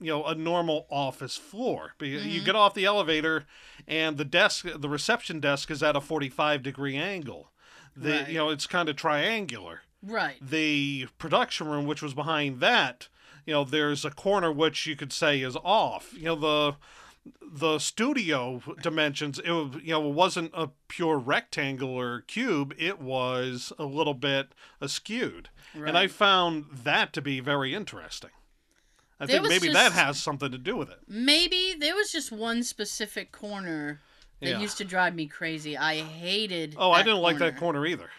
A: you know a normal office floor. Be- You get off the elevator, and the desk, the reception desk, is at a forty-five degree angle. The
B: Right.
A: you know it's kind of triangular
B: Right.
A: the production room, which was behind that, you know, there's a corner which you could say is off. You know, the the studio dimensions, it wa- you know wasn't a pure rectangular cube. It was a little bit askewed, and I
B: Right.
A: found that to be very interesting. I
B: There
A: think
B: was
A: maybe that
B: just-
A: has something to do with it.
B: Maybe there was just one specific corner that
A: Yeah.
B: used to drive me crazy. I hated.
A: Oh, I didn't like that corner either.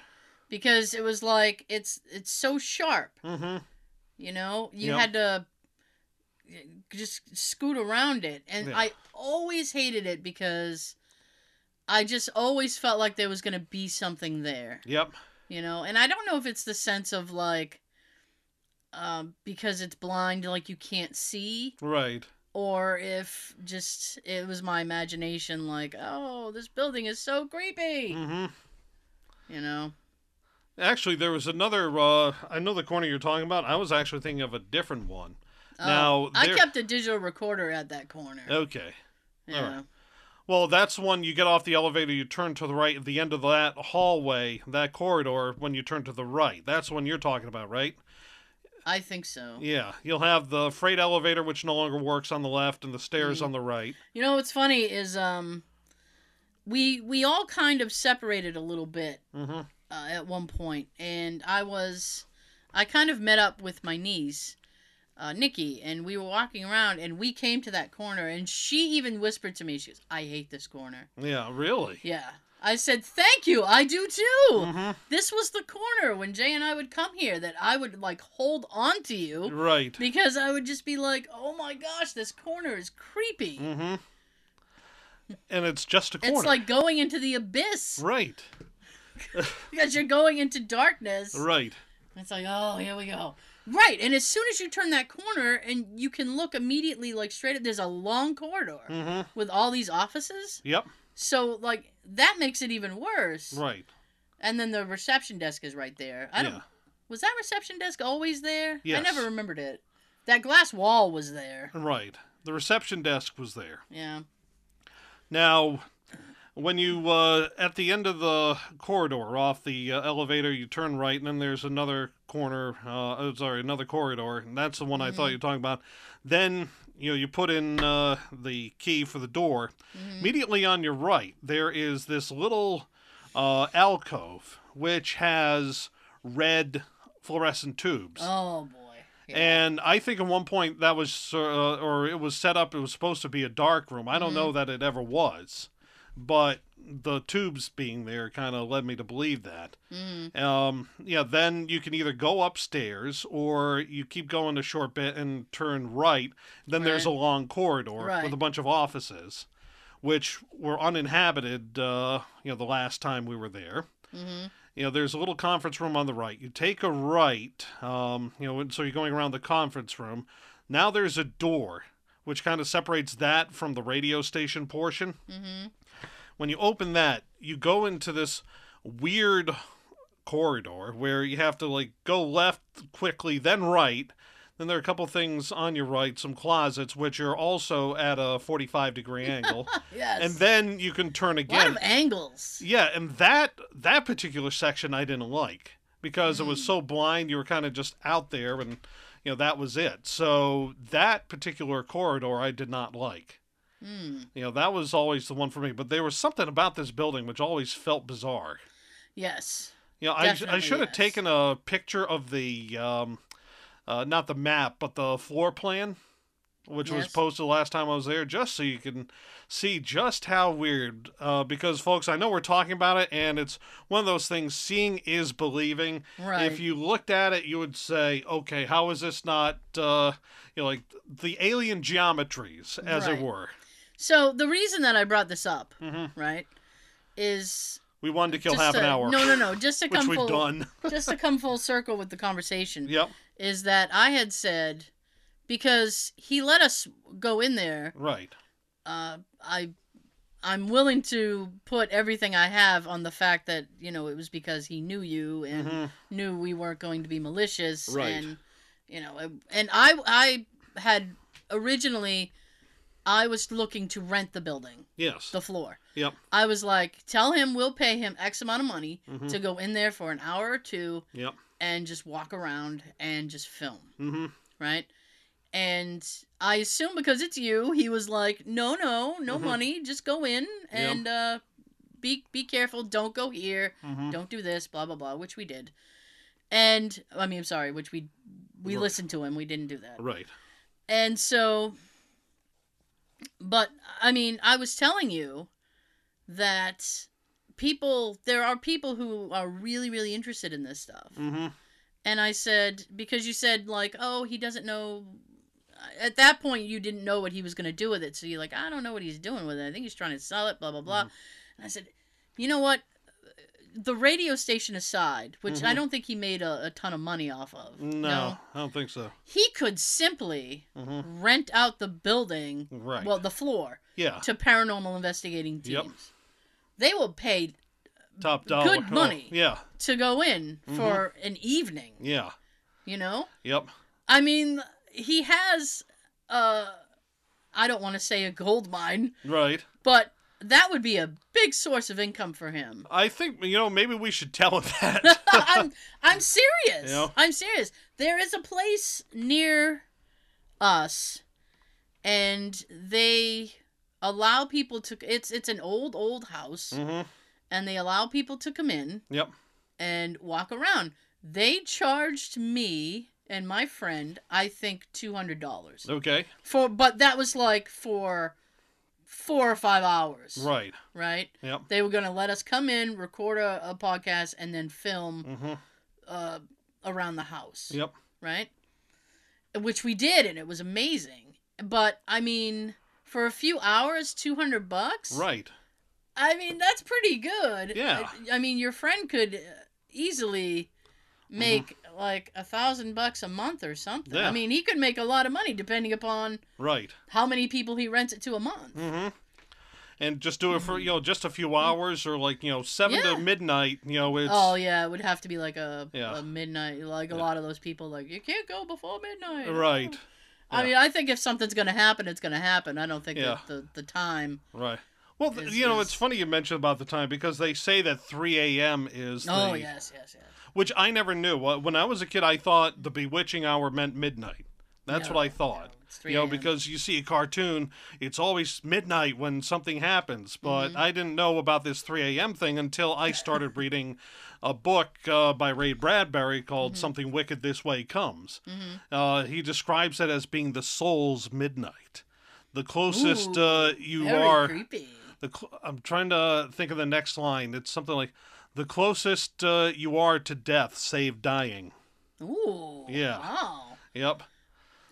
B: because it was like it's it's so sharp.
A: hmm
B: You know, you
A: Yep.
B: had to eh, just scoot around it, and
A: Yeah.
B: I always hated it because I just always felt like there was gonna be something there.
A: Yep.
B: you know and i don't know if it's the sense of like um because it's blind like you can't see
A: Right.
B: or if just it was my imagination like oh this building is so creepy
A: hmm
B: you know
A: Actually, there was another. Uh, I know the corner you're talking about. I was actually thinking of a different one. Now,
B: Oh, i
A: there- Oh,
B: kept a digital recorder at that corner
A: Okay.
B: you
A: all
B: know.
A: right. Well, that's when you get off the elevator, you turn to the right at the end of that hallway, that corridor, when you turn to the right. That's when you're talking about, right?
B: i think so
A: Yeah. You'll have the freight elevator, which no longer works, on the left and the stairs
B: Mm.
A: on the right.
B: you know what's funny is um we we all kind of separated a little bit
A: hmm
B: uh, at one point, and I was, I kind of met up with my niece, uh, Nikki, and we were walking around, and we came to that corner, and she even whispered to me, she goes, "I hate this corner."
A: Yeah, really?
B: Yeah, I said, "Thank you, I do too."
A: Mm-hmm.
B: This was the corner when Jay and I would come here that I would like hold on to you
A: Right.
B: because I would just be like, "Oh my gosh, this corner is creepy."
A: Mm-hmm. And it's just a corner.
B: It's like going into the abyss
A: Right.
B: because you're going into darkness.
A: Right.
B: It's like, oh, here we go. Right, and as soon as you turn that corner and you can look immediately like straight at there's a long corridor
A: Mm-hmm.
B: with all these offices.
A: Yep.
B: So like that makes it even worse.
A: Right.
B: And then the reception desk is right there. I don't
A: Yeah.
B: was that reception desk always there? I
A: Yes.
B: never remembered it. That glass wall was there.
A: Right. The reception desk was there.
B: Yeah.
A: Now, when you uh, at the end of the corridor off the uh, elevator, you turn right, and then there's another corner. Uh, oh, sorry, another corridor, and that's the one I thought you were talking about. Then you know you put in uh, the key for the door. Immediately on your right, there is this little uh, alcove which has red fluorescent tubes.
B: Oh boy. Yeah.
A: And I think at one point that was, uh, or it was set up, it was supposed to be a dark room. I don't
B: Mm-hmm.
A: know that it ever was, but the tubes being there kind of led me to believe that.
B: Mm.
A: Um, yeah, then you can either go upstairs or you keep going a short bit and turn right. Then there's a
B: Right.
A: long corridor with
B: Right.
A: a bunch of offices, which were uninhabited, uh, you know, the last time we were there
B: hmm
A: you know, there's a little conference room on the right. You take a right, um, you know, and so you're going around the conference room. Now there's a door which kind of separates that from the radio station portion.
B: hmm
A: When you open that, you go into this weird corridor where you have to like go left quickly, then right. Then there are a couple things on your right, some closets which are also at a 45 degree angle,
B: Yes.
A: and then you can turn
B: a lot
A: again.
B: of angles.
A: Yeah, and that that particular section I didn't like because it was
B: Mm.
A: so blind. You were kind of just out there, and you know that was it. So that particular corridor I did not like.
B: Mm.
A: You know that was always the one for me. But there was something about this building which always felt bizarre.
B: Yes.
A: You know, I, I
B: Definitely,
A: should have
B: yes.
A: taken a picture of the um, uh, not the map, but the floor plan which was
B: Yes.
A: posted last time I was there, just so you can see just how weird. Uh, because, folks, I know we're talking about it, and it's one of those things seeing is believing.
B: Right.
A: If you looked at it, you would say, okay, how is this not, uh, you know, like the alien geometries, as
B: Right.
A: it were?
B: So the reason that I brought this up,
A: Mhm.
B: right, is
A: We wanted to kill
B: just
A: half an
B: to-
A: hour,
B: No, no, no. Just to
A: which
B: come
A: we've
B: full,
A: done.
B: just to come full circle with the conversation
A: yep,
B: is that I had said because he let us go in there.
A: right.
B: Uh, I, I'm willing to put everything I have on the fact that you know it was because he knew you and
A: Mhm.
B: knew we weren't going to be malicious
C: Right.
B: and you know and- and I I had originally I was looking to rent the building
A: Yes.
B: the floor
A: Yep.
B: I was like tell him we'll pay him x amount of money
A: Mhm.
B: to go in there for an hour or two
A: Yep.
B: and just walk around and just film
A: hmm
B: right and I assume because it's you he was like no no no
A: Mhm.
B: money just go in
A: Yeah.
B: and uh be be careful don't go here
A: hmm
B: don't do this blah blah blah which we did and i mean i'm sorry which we we
A: Right.
B: listened to him we didn't do that
A: Right.
B: and so but i mean i was telling you that people there are people who are really really interested in this stuff
A: hmm
B: and i said because you said like oh he doesn't know at that point you didn't know what he was going to do with it so you're like i don't know what he's doing with it i think he's trying to sell it blah blah
A: Mm-hmm.
B: blah and i said you know what the radio station aside which i
A: Mhm.
B: don't think he made a, a ton of money off of
A: No, I don't think so.
B: he could simply
A: hmm
B: rent out the building
A: Right.
B: Mm-hmm. well the floor
A: yeah.
B: to paranormal investigating teams
A: Yep.
B: they will pay
A: Top dollar.
B: good money.
A: Oh, yeah.
B: to go in for an evening
A: Mm-hmm. Yeah.
B: you know
A: Yep.
B: I mean, he has uh I don't want to say a gold mine,
A: Right.
B: but that would be a big source of income for him.
A: I think you know maybe we should tell him that.
B: I'm I'm serious.
A: Yeah.
B: I'm serious. There is a place near us and they allow people to it's it's an old old house
A: hmm
B: and they allow people to come in
A: Yep.
B: and walk around. They charged me and my friend, I think $200.
A: Okay.
B: for but that was like for four or five hours right,
A: Right. Yep.
B: they were gonna let us come in record a, a podcast and then film
A: hmm
B: uh, around the house
A: Yep.
B: right which we did and it was amazing but i mean for a few hours 200 bucks
A: Right.
B: i mean that's pretty good
A: Yeah.
B: i, I mean your friend could uh, easily make like a thousand bucks a month or something
A: Mm-hmm. Yeah.
B: i mean he could make a lot of money depending upon
A: Right.
B: how many people he rents it to a month
A: hmm And just do it for you know just a few hours or like you know seven
B: Yeah.
A: to midnight. You know it's
B: oh yeah, it would have to be like a,
A: Yeah.
B: a midnight. Like a
A: Yeah.
B: lot of those people, like you can't go before midnight.
A: right.
B: I
A: Yeah.
B: mean, I think if something's gonna happen, it's gonna happen. I don't think
A: Yeah.
B: that the the time.
A: Right. Well, th
B: Is-
A: you know,
B: is-
A: it's funny you mentioned about the time because they say that 3 a.m. is the,
B: Oh yes, yes, yes.
A: which I never knew. Wh- When I was a kid, I thought the bewitching hour meant midnight. That's
B: No,
A: what I thought.
B: no, it's
A: you know,
B: 3 a.m..
A: because you see a cartoon, it's always midnight when something happens. But
B: Mm-hmm.
A: I didn't know about this 3 a.m. thing until I started reading a book uh, by Ray Bradbury
B: Mm-hmm.
A: called Something Wicked This Way Comes. Uh, he describes it as being the soul's midnight. The closest
B: Ooh,
A: uh, you
B: Very
A: are.
B: creepy.
A: The cl- I'm trying to think of the next line. It's something like, "The closest uh, you are to death, save dying."
B: Ooh.
A: Yeah.
B: Wow.
A: Yep.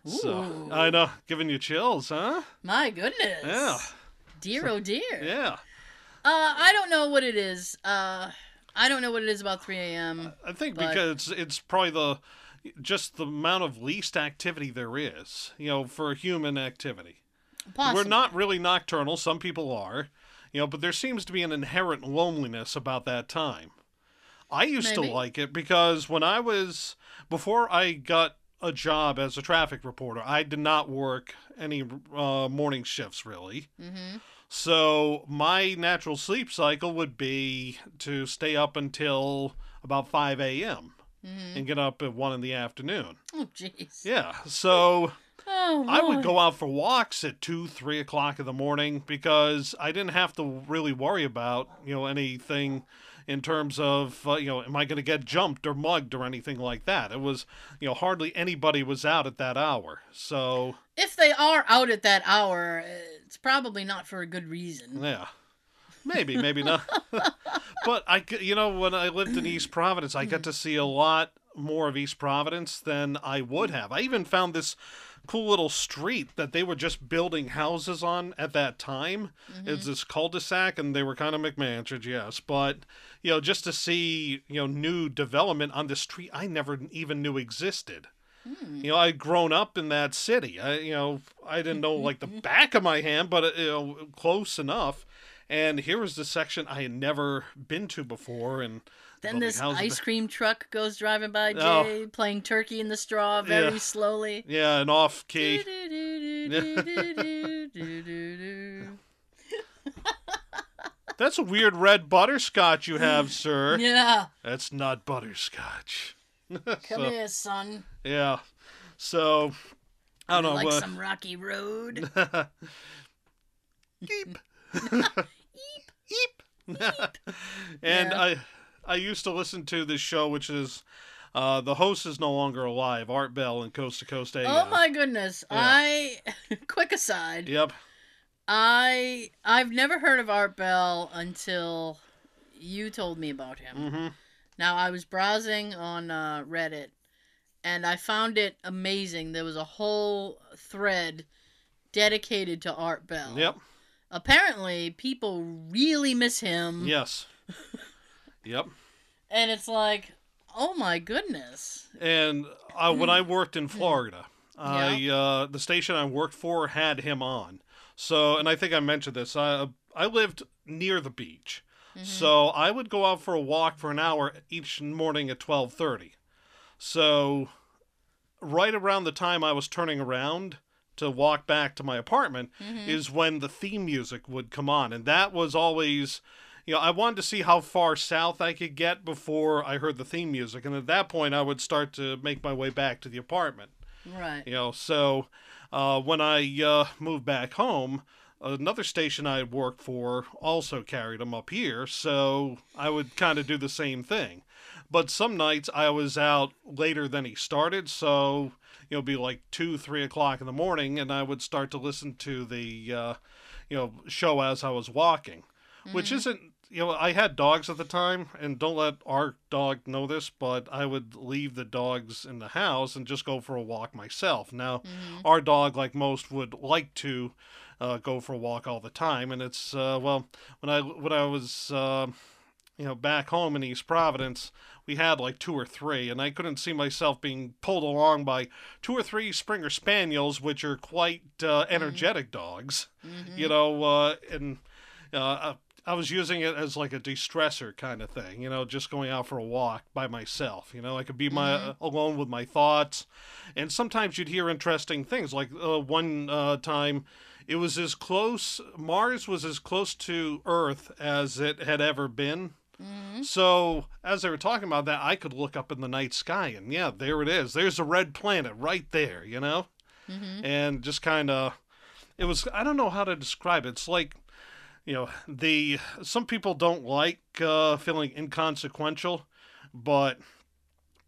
A: So
B: Ooh.
A: I know, giving you chills, huh?
B: My goodness.
A: Yeah,
B: Dear oh dear.
A: yeah.
B: Uh, I don't know what it is. Uh, I don't know what it is about 3 a.m.
A: I think
B: But-
A: because it's probably the just the amount of least activity there is, you know, for human activity.
B: Possibly.
A: We're not really nocturnal. Some people are, you know, but there seems to be an inherent loneliness about that time. I used
B: Maybe.
A: to like it because when I was, before I got a job as a traffic reporter, I did not work any uh, morning shifts really.
B: Mm-hmm.
A: So my natural sleep cycle would be to stay up until about 5 a.m.
B: Mm-hmm.
A: and get up at 1 in the afternoon.
B: Oh jeez.
A: Yeah. So.
B: Oh.
A: I would
B: Lord.
A: go out for walks at two, three o'clock in the morning because I didn't have to really worry about you know anything in terms of uh, you know am I going to get jumped or mugged or anything like that. It was you know hardly anybody was out at that hour, so
B: if they are out at that hour, it's probably not for a good reason.
A: Yeah. Maybe, maybe not. but I, g- you know, when I lived in East Providence, I got to see a lot more of East Providence than I would have. I even found this cool little street that they were just building houses on at that time. It's this cul-de-sac, and they were kind of McMansions, yes. But you know, just to see you know new development on this street, I never even knew existed. You know, I'd grown up in that city. I, you know, I didn't know like the
B: Mm-hmm.
A: back of my hand, but uh, you know, close enough. And here was the section I had never been to before, and
B: Then
A: building
B: this
A: houses
B: ice cream truck goes driving by
A: Oh.
B: Jay, playing turkey in the straw very
A: Yeah.
B: slowly.
A: Yeah, an off key.
B: yeah.
A: That's a weird red butterscotch you have, sir. That's not butterscotch.
B: Come
A: So-
B: here, son.
A: Yeah. So, I don't know.
B: like
A: uh,
B: some rocky road.
A: Eep. Eep. and
B: Yeah.
A: I I used to listen to this show, which is uh, the host is no longer alive, Art Bell in Coast to Coast uh, AM.
B: Oh my goodness.
A: Yeah.
B: I quick aside.
A: Yep.
B: I I've never heard of Art Bell until you told me about him.
A: hmm
B: Now I was browsing on uh, Reddit, and I found it amazing. There was a whole thread dedicated to Art Bell.
A: Yep.
B: Apparently, people really miss him.
A: Yes. Yep.
B: And it's like, oh my goodness.
A: And uh, when I worked in Florida, I uh, the station I worked for had him on. So, and I think I mentioned this. I I lived near the beach, so I would go out for a walk for an hour each morning at twelve thirty. So, right around the time I was turning around to walk back to my apartment is when the theme music would come on, and that was always you know, I wanted to see how far south I could get before I heard the theme music, and at that point, I would start to make my way back to the apartment.
B: Right.
A: You know, so uh, when I uh, moved back home, another station I had worked for also carried them up here, so I would kind of do the same thing. But some nights I was out later than he started, so you know, it'd be like two, three o'clock in the morning, and I would start to listen to the uh, you know show as I was walking,
B: Mm-hmm.
A: which isn't. You know, I had dogs at the time, and don't let our dog know this, but I would leave the dogs in the house and just go for a walk myself. Now,
B: Mm-hmm.
A: our dog, like most, would like to uh, go for a walk all the time, and it's uh, well, when I when I was uh, you know back home in East Providence, we had like two or three, and I couldn't see myself being pulled along by two or three Springer Spaniels, which are quite uh, energetic dogs,
B: Mm-hmm.
A: you know, uh, and uh, I- I was using it as like a de-stressor kind of thing, you know, just going out for a walk by myself. You know, I could be my uh, alone with my thoughts, and sometimes you'd hear interesting things. Like uh, one uh, time, it was as close Mars was as close to Earth as it had ever been.
B: Mm-hmm.
A: So as they were talking about that, I could look up in the night sky, and yeah, there it is. There's a red planet right there, you know,
B: Mm-hmm.
A: and just kind of, it was. I don't know how to describe it. It's like, you know, the some people don't like uh, feeling inconsequential, but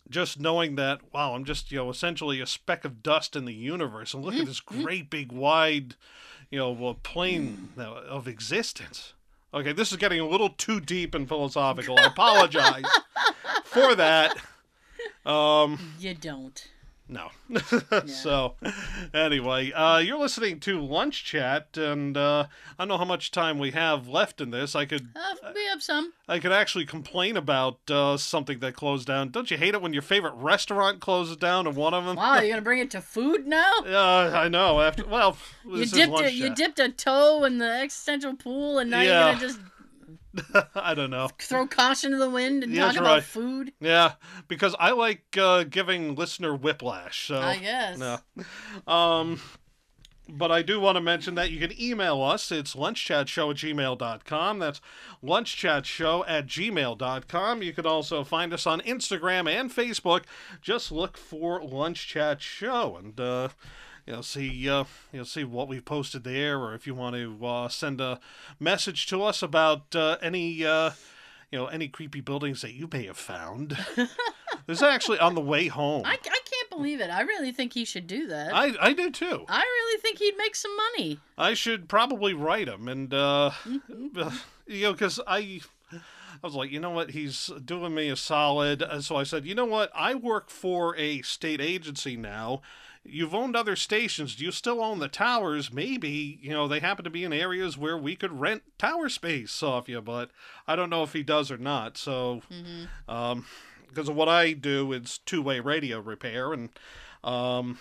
A: just knowing that, wow, I'm just you know essentially a speck of dust in the universe, and look at this great big wide, you know, uh, plane uh, of existence. Okay, this is getting a little too deep and philosophical. I apologize for that. Um,
B: You don't.
A: no. so, anyway, uh, you're listening to Lunch Chat, and uh, I don't know how much time we have left in this. I could,
B: Uh, we have some.
A: I could actually complain about uh, something that closed down. Don't you hate it when your favorite restaurant closes down and one of them?
B: Wow, you're gonna bring it to food now?
A: Uh, I know. After well,
B: You
A: this is
B: dipped
A: Lunch
B: a, you
A: Chat.
B: dipped a toe in the existential pool, and now
A: Yeah.
B: you're gonna just
A: I don't know.
B: throw caution to the wind and
A: Yeah,
B: talk
A: that's
B: about
A: right.
B: food.
A: Yeah, because I like uh, giving listener whiplash. So
B: I guess.
A: No. Um, but I do want to mention that you can email us. It's lunchchatshow at gmail.com. That's lunchchatshow at gmail.com. You can also find us on Instagram and Facebook. Just look for Lunch Chat Show and uh, you'll see uh, you'll see what we've posted there or if you want to uh, send a message to us about uh, any uh, you know any creepy buildings that you may have found. There's actually on the way home.
B: I, I can't believe it. I really think he should do that. I,
A: I, I do too.
B: really think he'd make some money.
A: I should probably write him, and uh, you know, because I, I was like, you know what, he's doing me a solid. And So I said, you know what, I work for a state agency now. You've owned other stations. Do you still own the towers? Maybe you know they happen to be in areas where we could rent tower space off you, but I don't know if he does or not. So
B: hmm
A: um, because of what I do is two-way radio repair, and um,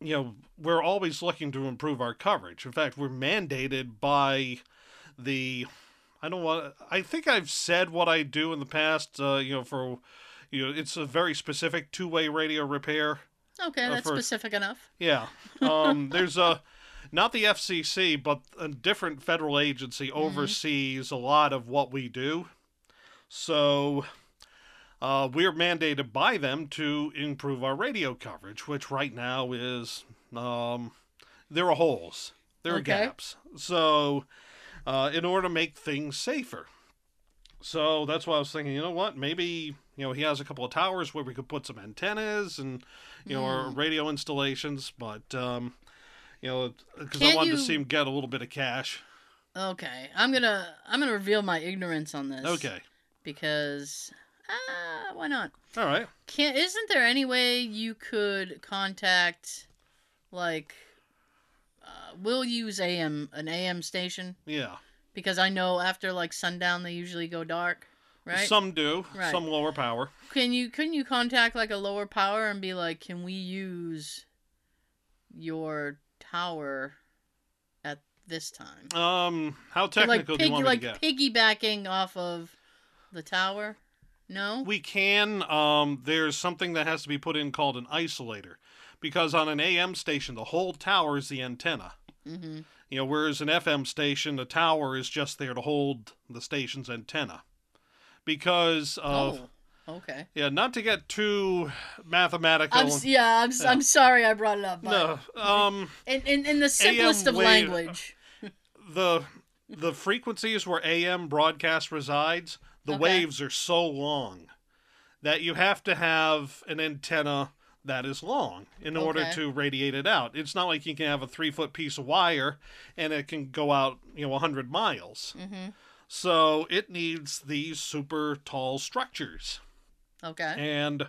A: you know we're always looking to improve our coverage. In fact, we're mandated by the I don't want. I think I've said what I do in the past. Uh, you know for you know it's a very specific two-way radio repair.
B: Okay,
A: Uh,
B: that's
A: for-
B: specific enough.
A: Yeah. Um, there's a not the FCC, but a different federal agency oversees a lot of what we do. So uh, we're mandated by them to improve our radio coverage, which right now is um, there are holes, there are
B: Okay.
A: gaps. So uh, in order to make things safer. So that's why I was thinking, you know what, maybe you know he has a couple of towers where we could put some antennas and you know
B: Hmm.
A: or radio installations, but um, you know because I
B: Can't
A: wanted to
B: you-
A: see him get a little bit of cash.
B: Okay, I'm gonna I'm gonna reveal my ignorance on this.
A: Okay,
B: Because ah, why not?
A: all right.
B: Can't isn't there any way you could contact like uh, we'll use AM an AM station
A: Yeah,
B: because I know after like sundown they usually go dark, right?
A: some do,
B: Right.
A: some lower power.
B: Can you couldn't you contact like a lower power and be like, can we use your tower at this time?
A: Um, how
B: So, like
A: technical do you want me
B: like
A: to get?
B: piggybacking off of the tower? No.
A: We can. Um, there's something that has to be put in called an isolator, because on an AM station the whole tower is the antenna.
B: mm-hmm.
A: You know, whereas an FM station, a tower is just there to hold the station's antenna. Because of
B: Oh, okay.
A: yeah, not to get too mathematical.
B: I'm s- yeah, I'm s
A: Yeah.
B: am sorry I brought it up. But
A: no, um,
B: In, in in the simplest of
A: wave-
B: language.
A: the the frequencies where AM broadcast resides, the
B: Okay.
A: waves are so long that you have to have an antenna that is long in order
B: Okay.
A: to radiate it out. It's not like you can have a three foot piece of wire and it can go out you know hundred miles.
B: Mhm.
A: So it needs these super tall structures.
B: Okay.
A: And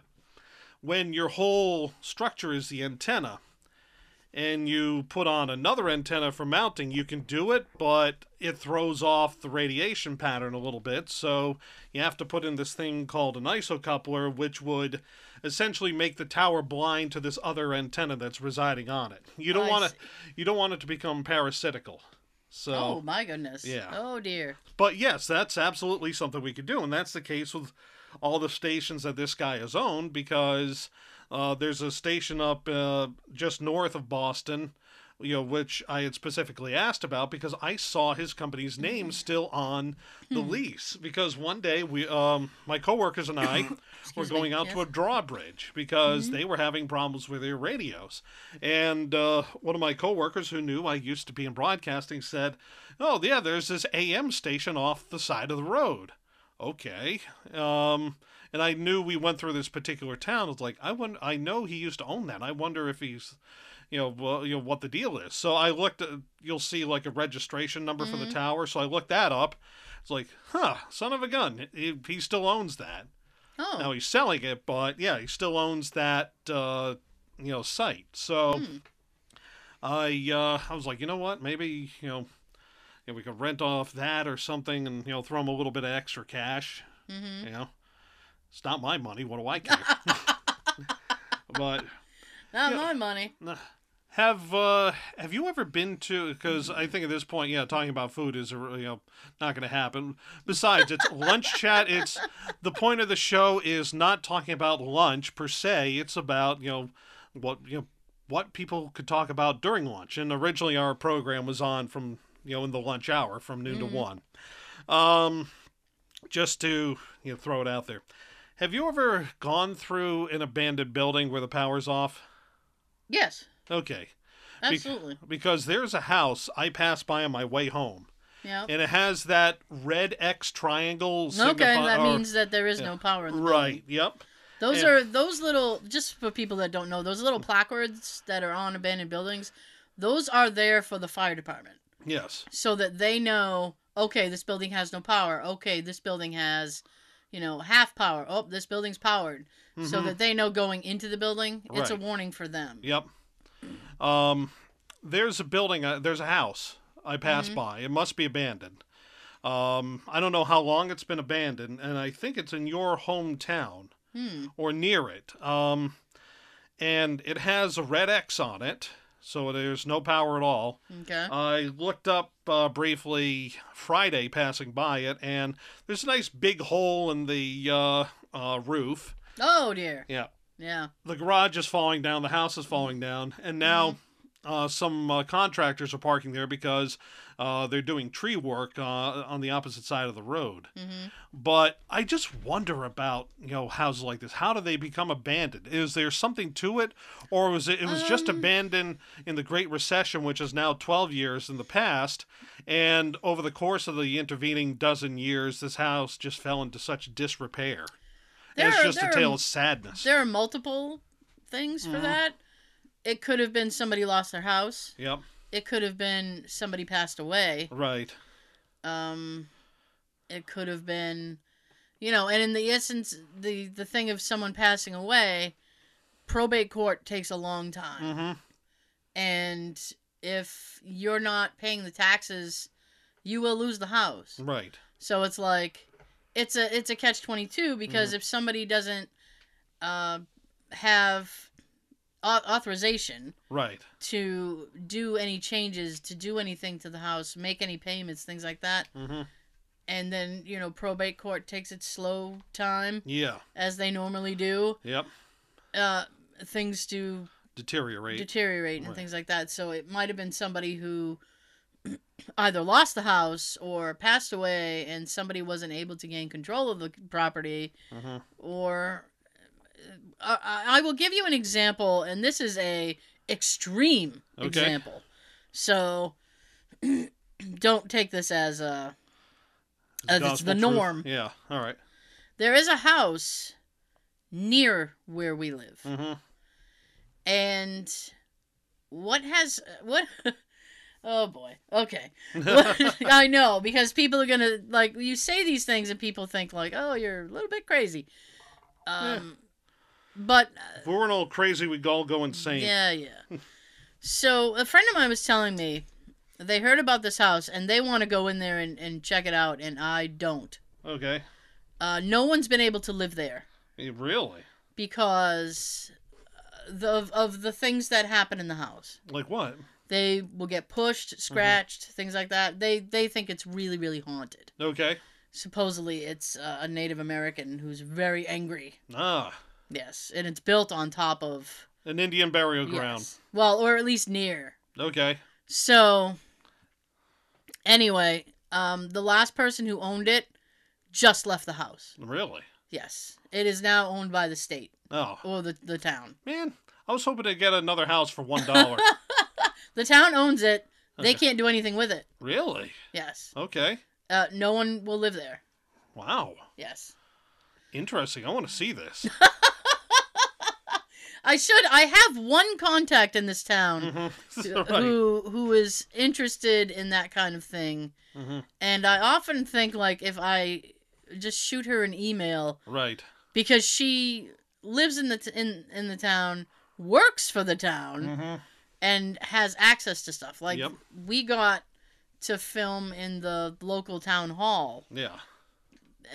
A: when your whole structure is the antenna, and you put on another antenna for mounting, you can do it, but it throws off the radiation pattern a little bit. So you have to put in this thing called an isocoupler, which would essentially make the tower blind to this other antenna that's residing on it. You don't
B: Oh, I
A: want to,
B: see.
A: you don't want it to become parasitical. So
B: Oh my goodness.
A: Yeah.
B: Oh dear.
A: but yes, that's absolutely something we could do, and that's the case with all the stations that this guy has owned because uh, there's a station up uh, just north of Boston, you know, which I had specifically asked about because I saw his company's
B: Mm.
A: name still on
B: Hmm.
A: the lease because one day we, um, my coworkers and I were
B: Excuse me,
A: going out to
B: yes.
A: a drawbridge because they were having problems with their radios. And uh, one of my coworkers who knew I used to be in broadcasting said, "Oh yeah, there's this AM station off the side of the road." Okay. Um, and I knew we went through this particular town. It's like I wonder, I know he used to own that. I wonder if he's, you know, well, you know what the deal is. So I looked. At, you'll see like a registration number for the tower. So I looked that up. It's like, huh, son of a gun. He, he still owns that.
B: Oh.
A: Now he's selling it, but yeah, he still owns that uh, you know site. So I uh, I was like, you know what? Maybe you know, you know, we could rent off that or something, and you know, throw him a little bit of extra cash.
B: Mhm.
A: You know, it's not my money. What do I care? but
B: Not
A: yeah.
B: my money.
A: have uh, have you ever been to? Because I think at this point, yeah, talking about food is uh, you know not going to happen. Besides, it's lunch chat. It's the point of the show is not talking about lunch per se. It's about you know what you know what people could talk about during lunch. And originally, our program was on from you know in the lunch hour from noon to one. Um, just to you know throw it out there. Have you ever gone through an abandoned building where the power's off?
B: Yes.
A: Okay
B: Absolutely.
A: because there's a house I pass by on my way home,
B: Yeah.
A: and it has that red X triangle.
B: Okay,
A: signifi-
B: that
A: or-
B: means that there is no power in the building.
A: right. Yep.
B: Those
A: Yeah.
B: are those little just for people that don't know, those little placards that are on abandoned buildings, those are there for the fire department
A: Yes.
B: so that they know, okay, this building has no power. Okay, this building has, you know, half power. Oh, this building's powered. So
A: Mhm.
B: that they know going into the building, it's a
A: Right.
B: warning for them.
A: Yep. Um, there's a building. Uh, there's a house I passed
B: Mm-hmm.
A: by. It must be abandoned. Um, I don't know how long it's been abandoned, and I think it's in your hometown
B: Hmm.
A: or near it. Um, and it has a red X on it, so there's no power at all.
B: Okay.
A: I looked up uh, briefly Friday passing by it, and there's a nice big hole in the uh, uh, roof.
B: oh dear.
A: Yeah.
B: Yeah.
A: The garage is falling down, the house is falling down, and now uh, some uh, contractors are parking there because uh, they're doing tree work uh, on the opposite side of the road.
B: Mm-hmm.
A: But I just wonder about you know houses like this. How do they become abandoned? Is there something to it, or was it it was just
B: Um,
A: abandoned in the Great Recession, which is now twelve years in the past, and over the course of the intervening dozen years, this house just fell into such disrepair.
B: There
A: and
B: are-
A: it's just
B: there
A: a
B: are-
A: tale of sadness.
B: There are multiple things for
A: Mhm.
B: that. It could have been somebody lost their house.
A: Yep,
B: It could have been somebody passed away.
A: right.
B: Um, it could have been, you know, and in the essence, the the thing of someone passing away, probate court takes a long time,
A: hmm
B: and if you're not paying the taxes, you will lose the house.
A: Right.
B: So it's like, it's a it's a catch twenty two because if somebody doesn't, uh, have au- authorization
A: Right.
B: to do any changes, to do anything to the house, make any payments, things like that
A: hmm
B: and then you know probate court takes its slow time
A: Yeah.
B: as they normally do
A: Yep.
B: uh things to
A: Deteriorate.
B: deteriorate and
A: Right.
B: things like that so it might have been somebody who either lost the house or passed away and somebody wasn't able to gain control of the property
A: hmm
B: or I, I I will give you an example and this is a extreme
A: Okay.
B: example so don't take this as a Uh, that's the norm.
A: Yeah. All right.
B: There is a house near where we live.
A: Mhm.
B: And what has what Oh boy. Okay. I know because people are going to like you say these things and people think like, "Oh, you're a little bit crazy." Um but uh,
A: If we weren't all crazy, we'd all go insane.
B: yeah, yeah. so a friend of mine was telling me they heard about this house and they want to go in there and, and check it out and I don't.
A: Okay.
B: Uh, no one's been able to live there.
A: Eh, Really?
B: because uh, the, of, of the things that happen in the house.
A: Like what?
B: They will get pushed, scratched, things like that. They they think it's really really haunted.
A: Okay.
B: Supposedly, it's uh, a Native American who's very angry.
A: Ah,
B: Yes, and it's built on top of
A: an Indian burial ground.
B: yes. Well, or at least near.
A: Okay.
B: So anyway, um, the last person who owned it just left the house.
A: Really?
B: Yes, it is now owned by the state
A: Oh
B: or the the town.
A: man, I was hoping to get another house for one dollar.
B: The town owns it. They
A: Okay.
B: can't do anything with it.
A: really?
B: Yes.
A: Okay.
B: Uh, no one will live there.
A: Wow.
B: Yes.
A: Interesting. I want to see this.
B: I should. I have one contact in this town
A: Mhm.
B: uh,
A: right.
B: who who is interested in that kind of thing,
A: Mhm.
B: and I often think like if I just shoot her an email
A: Right.
B: because she lives in the t- in in the town, works for the town,
A: Mhm.
B: and has access to stuff. Like
A: Yep.
B: we got to film in the local town hall
A: Yeah.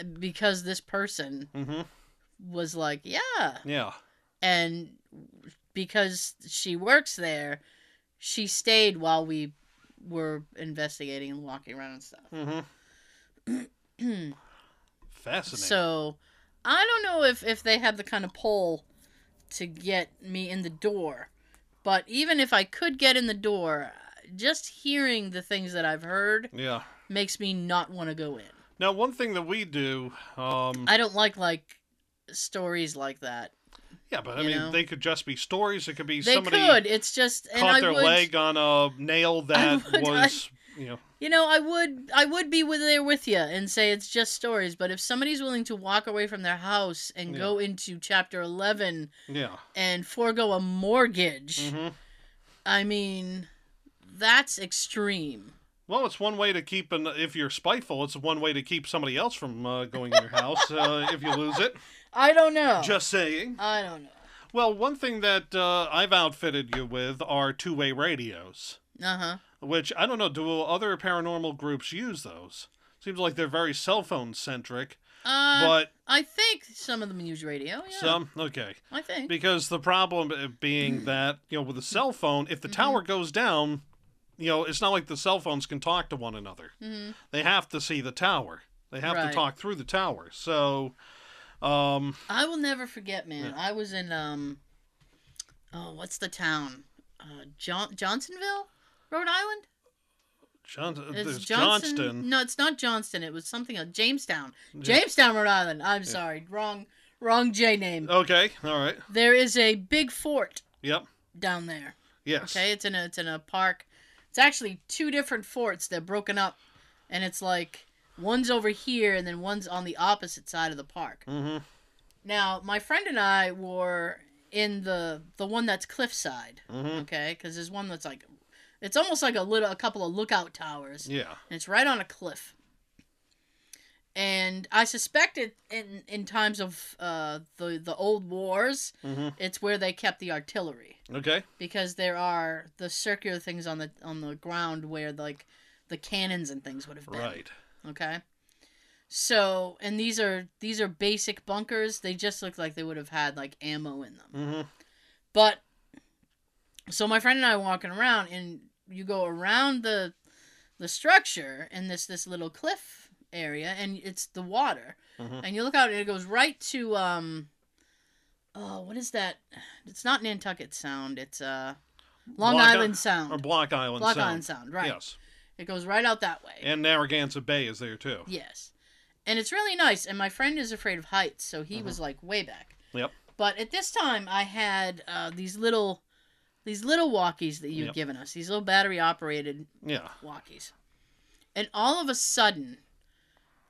B: uh, because this person
A: hmm
B: was like, yeah,
A: Yeah.
B: and because she works there, she stayed while we were investigating and walking around and stuff.
A: hmm Mm-hmm. Fascinating.
B: so I don't know if if they had the kind of pull to get me in the door, but even if I could get in the door, just hearing the things that I've heard
A: yeah.
B: makes me not want to go in.
A: Now, one thing that we do, um,
B: I don't like like stories like that.
A: yeah, but I
B: you
A: mean,
B: know.
A: they could just be stories. It could be
B: They
A: somebody
B: could. It's just and
A: caught
B: I
A: their
B: would,
A: leg on a nail that
B: would- I-
A: was you know,
B: You know, I would I would be with there with you and say it's just stories, but if somebody's willing to walk away from their house and
A: Yeah.
B: go into chapter 11
A: yeah.
B: and forego a mortgage,
A: hmm
B: I mean, that's extreme.
A: Well, it's one way to keep an. If you're spiteful, it's one way to keep somebody else from uh, going in your house uh, if you lose it.
B: I don't know.
A: Just saying.
B: I don't know.
A: Well, one thing that uh, I've outfitted you with are two-way radios,
B: Uh-huh.
A: which I don't know. Do other paranormal groups use those? Seems like they're very cell phone centric,
B: Uh
A: but
B: I think some of them use radio. Yeah.
A: some okay.
B: I think.
A: Because the problem uh,
B: Mm.
A: being that, you know, with a cell phone,
B: Mm-hmm.
A: if the tower goes down, you know, it's not like the cell phones can talk to one another.
B: Mhm.
A: They have to see the tower. They have
B: Right.
A: to talk through the tower. So um
B: I will never forget, man. I was in um Oh, what's the town? Uh John- Johnsonville, Rhode Island?
A: John- uh,
B: It's
A: there's
B: Johnson-
A: Johnston.
B: No, it's not Johnston. It was something else. Jamestown. Jamestown, Rhode Island. I'm sorry. Wrong wrong J name.
A: Okay, all right.
B: There is a big fort
A: Yep.
B: down there.
A: Yes.
B: Okay, it's in a it's in a park. It's actually two different forts. They're broken up, and it's like one's over here and then one's on the opposite side of the park.
A: Mm-hmm.
B: Now, my friend and I were in the the one that's cliffside.
A: Mhm.
B: Okay, because there's one that's like, it's almost like a little a couple of lookout towers.
A: Yeah.
B: And it's right on a cliff. And I suspect it in in times of uh, the the old wars,
A: Mhm.
B: it's where they kept the artillery
A: Okay.
B: because there are the circular things on the on the ground where like the cannons and things would have been.
A: Right.
B: Okay. So and these are these are basic bunkers. They just look like they would have had like ammo in them.
A: Mhm.
B: But so my friend and I are walking around, and you go around the the structure in this this little cliff area, and it's the water,
A: Mhm.
B: and you look out, and it goes right to um, oh, what is that? It's not Nantucket Sound. It's uh, Long
A: Block I-
B: Island Sound,
A: Or Block Island
B: Block
A: Sound.
B: Island Sound, right?
A: Yes.
B: It goes right out that way.
A: And Narragansett Bay is there too.
B: Yes. And it's really nice. And my friend is afraid of heights, so he was like way back.
A: Mm-hmm. Yep.
B: But at this time, I had uh, these little, these little walkies that you've
A: Yep.
B: given us. These little battery operated
A: Yeah.
B: walkies. And all of a sudden,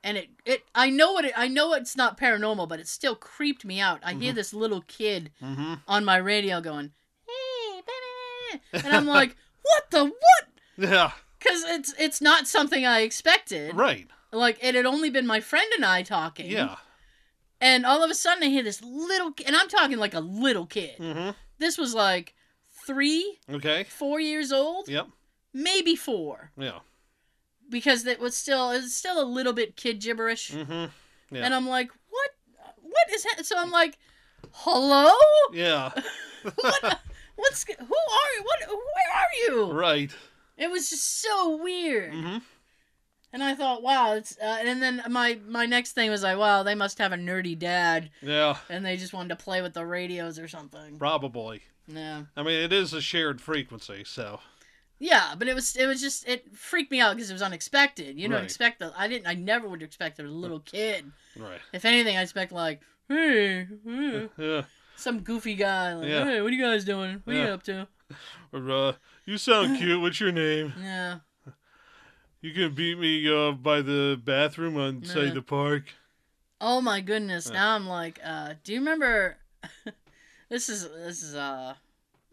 B: and it, it I know what it, I know it's not paranormal, but it still creeped me out. I hear this little kid
A: Mm-hmm.
B: on my radio going, "Hey, baby," and I'm like, "What the what?"
A: Yeah.
B: Because it's it's not something I expected.
A: Right.
B: Like it had only been my friend and I talking.
A: Yeah.
B: And all of a sudden, I hear this little, ki- and I'm talking like a little kid.
A: Mm-hmm.
B: This was like three,
A: Okay.
B: four years old,
A: Yep.
B: maybe four,
A: Yeah.
B: because it was still it was still a little bit kid gibberish.
A: Mm-hmm. yeah.
B: And I'm like, what? What is that? So I'm like, hello?
A: Yeah.
B: What? What's g- who are you? What? Where are you?
A: Right.
B: It was just so weird.
A: Mm-hmm.
B: And I thought, wow. It's, uh, and then my my next thing was like, wow, they must have a nerdy dad,
A: Yeah.
B: and they just wanted to play with the radios or something.
A: Probably.
B: Yeah.
A: I mean, it is a shared frequency, so
B: Yeah, but it was it was just it freaked me out because it was unexpected. You don't
A: Right.
B: expect the I didn't I never would expect a little kid.
A: right.
B: If anything, I expect like hey, hey,"
A: Yeah.
B: some goofy guy like
A: Yeah.
B: hey what are you guys doing what are you
A: Yeah.
B: up to
A: Or, uh, you sound cute. What's your name?
B: yeah
A: You can beat me uh, by the bathroom on
B: Yeah.
A: say the park.
B: oh my goodness
A: Yeah.
B: now I'm like uh do you remember this is this is uh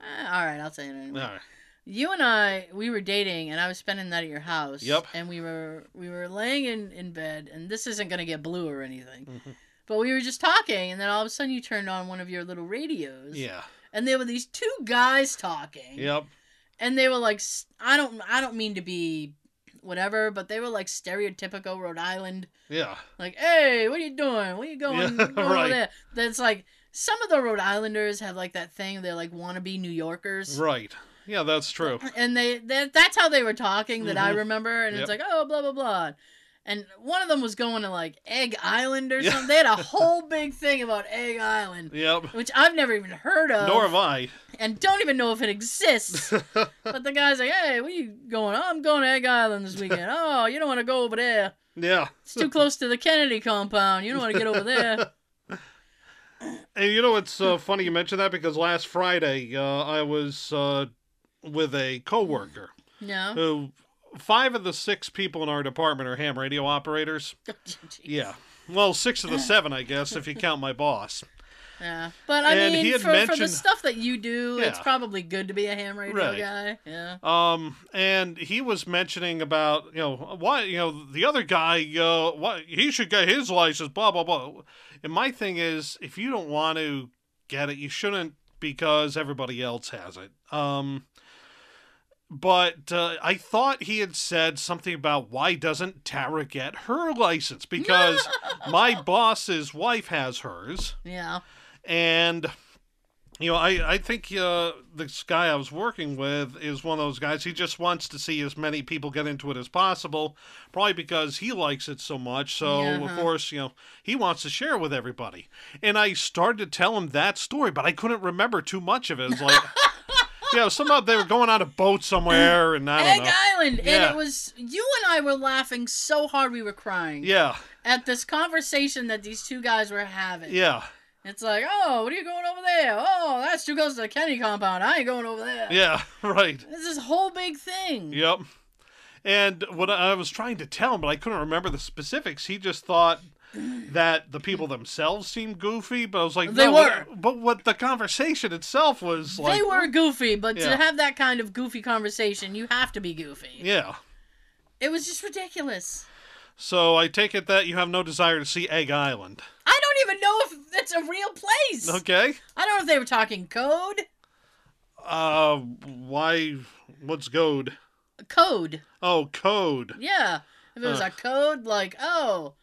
B: eh, all right I'll tell you
A: All right.
B: you and I we were dating and I was spending the night at your house
A: Yep.
B: and we were we were laying in in bed and this isn't gonna get blue or anything.
A: Mm-hmm.
B: But we were just talking, and then all of a sudden you turned on one of your little radios.
A: Yeah.
B: And there were these two guys talking.
A: Yep.
B: And they were like, s- I don't, I don't mean to be, whatever, but they were like stereotypical Rhode Island,
A: Yeah.
B: like, hey, what are you doing? Where you going?
A: Yeah,
B: going over
A: right.
B: there?" That's like some of the Rhode Islanders have like that thing. They're like wannabe New Yorkers.
A: Right. Yeah, that's true.
B: And they, that that's how they were talking that I
A: Mhm.
B: remember. And it's
A: Yep.
B: like, oh, blah blah blah. And one of them was going to like Egg Island or
A: Yeah.
B: something. They had a whole big thing about Egg Island
A: Yep.
B: which I've never even heard of,
A: Nor have I.
B: and don't even know if it exists. but the guy's like, "Hey, where you going? I'm going to Egg Island this weekend. Oh, you don't want to go over there.
A: Yeah.
B: It's too close to the Kennedy compound. You don't want to get over there."
A: And you know, it's uh, funny you mention that because last Friday uh, I was uh, with a coworker
B: No.
A: who five of the six people in our department are ham radio operators. Yeah. Well, six of the seven, I guess, if you count my boss.
B: Yeah. But I
A: And he
B: mean,
A: had
B: for, for the
A: mentioned-
B: stuff that you do, it's
A: Yeah.
B: probably good to be a ham radio
A: Right.
B: guy. Yeah.
A: Um, and he was mentioning about you know why you know the other guy uh why he should get his license blah blah blah. And my thing is, if you don't want to get it, you shouldn't because everybody else has it. Um, but uh, I thought he had said something about why doesn't Tara get her license because my boss's wife has hers
B: Yeah.
A: and you know i i think uh this guy i was working with is one of those guys he just wants to see as many people get into it as possible probably because he likes it so much so
B: Uh-huh.
A: of course you know he wants to share with everybody and i started to tell him that story but i couldn't remember too much of it it's like you know somehow they were going on a boat somewhere and i
B: Egg
A: don't know
B: Island.
A: Yeah.
B: And it was, you and I were laughing so hard we were crying
A: yeah
B: at this conversation that these two guys were having.
A: yeah
B: It's like, oh, what are you going over there? Oh, that's too close to the Kenny compound. I ain't going over there.
A: yeah right
B: It's this whole big thing.
A: Yep. And what I I was trying to tell him, but I couldn't remember the specifics. He just thought that the people themselves seemed goofy, but I was like,
B: They
A: no,
B: were.
A: But, but what the conversation itself was like,
B: they were goofy, but to
A: Yeah.
B: have that kind of goofy conversation, you have to be goofy.
A: yeah.
B: It was just ridiculous.
A: So I take it that you have no desire to see Egg Island,
B: I don't even know if that's a real place.
A: okay?
B: I don't know if they were talking code.
A: Uh, why? What's goad?
B: Code.
A: Oh, code.
B: Yeah. If it was
A: Huh.
B: a code, like, oh,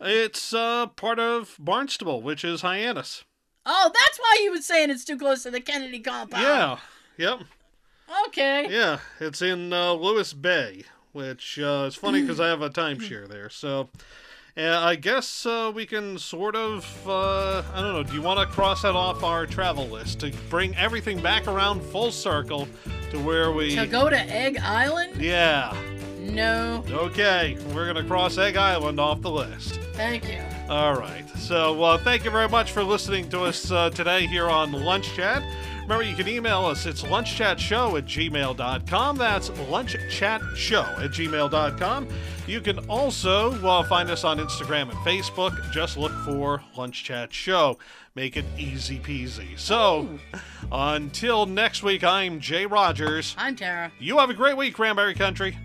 A: It's uh part of Barnstable, which is Hyannis.
B: oh, that's why he was saying it's too close to the Kennedy compound.
A: Yeah. Yep.
B: Okay.
A: Yeah, it's in uh, Lewis Bay, which uh, is funny because I have a timeshare there. So, uh, I guess uh, we can sort of, uh, I don't know, do you want to cross that off our travel list to bring everything back around full circle to where we.
B: To go to Egg Island?
A: Yeah,
B: No,
A: okay, we're going to cross Egg Island off the list.
B: thank you.
A: All right. So, uh, thank you very much for listening to us uh, today here on Lunch Chat. Remember, you can email us. It's lunchchatshow at gmail.com. That's lunchchatshow at gmail.com. You can also uh, find us on Instagram and Facebook. Just look for Lunch Chat Show. Make it easy peasy. So, until next week, I'm Jay Rogers.
B: I'm Tara.
A: You have a great week, Cranberry Country.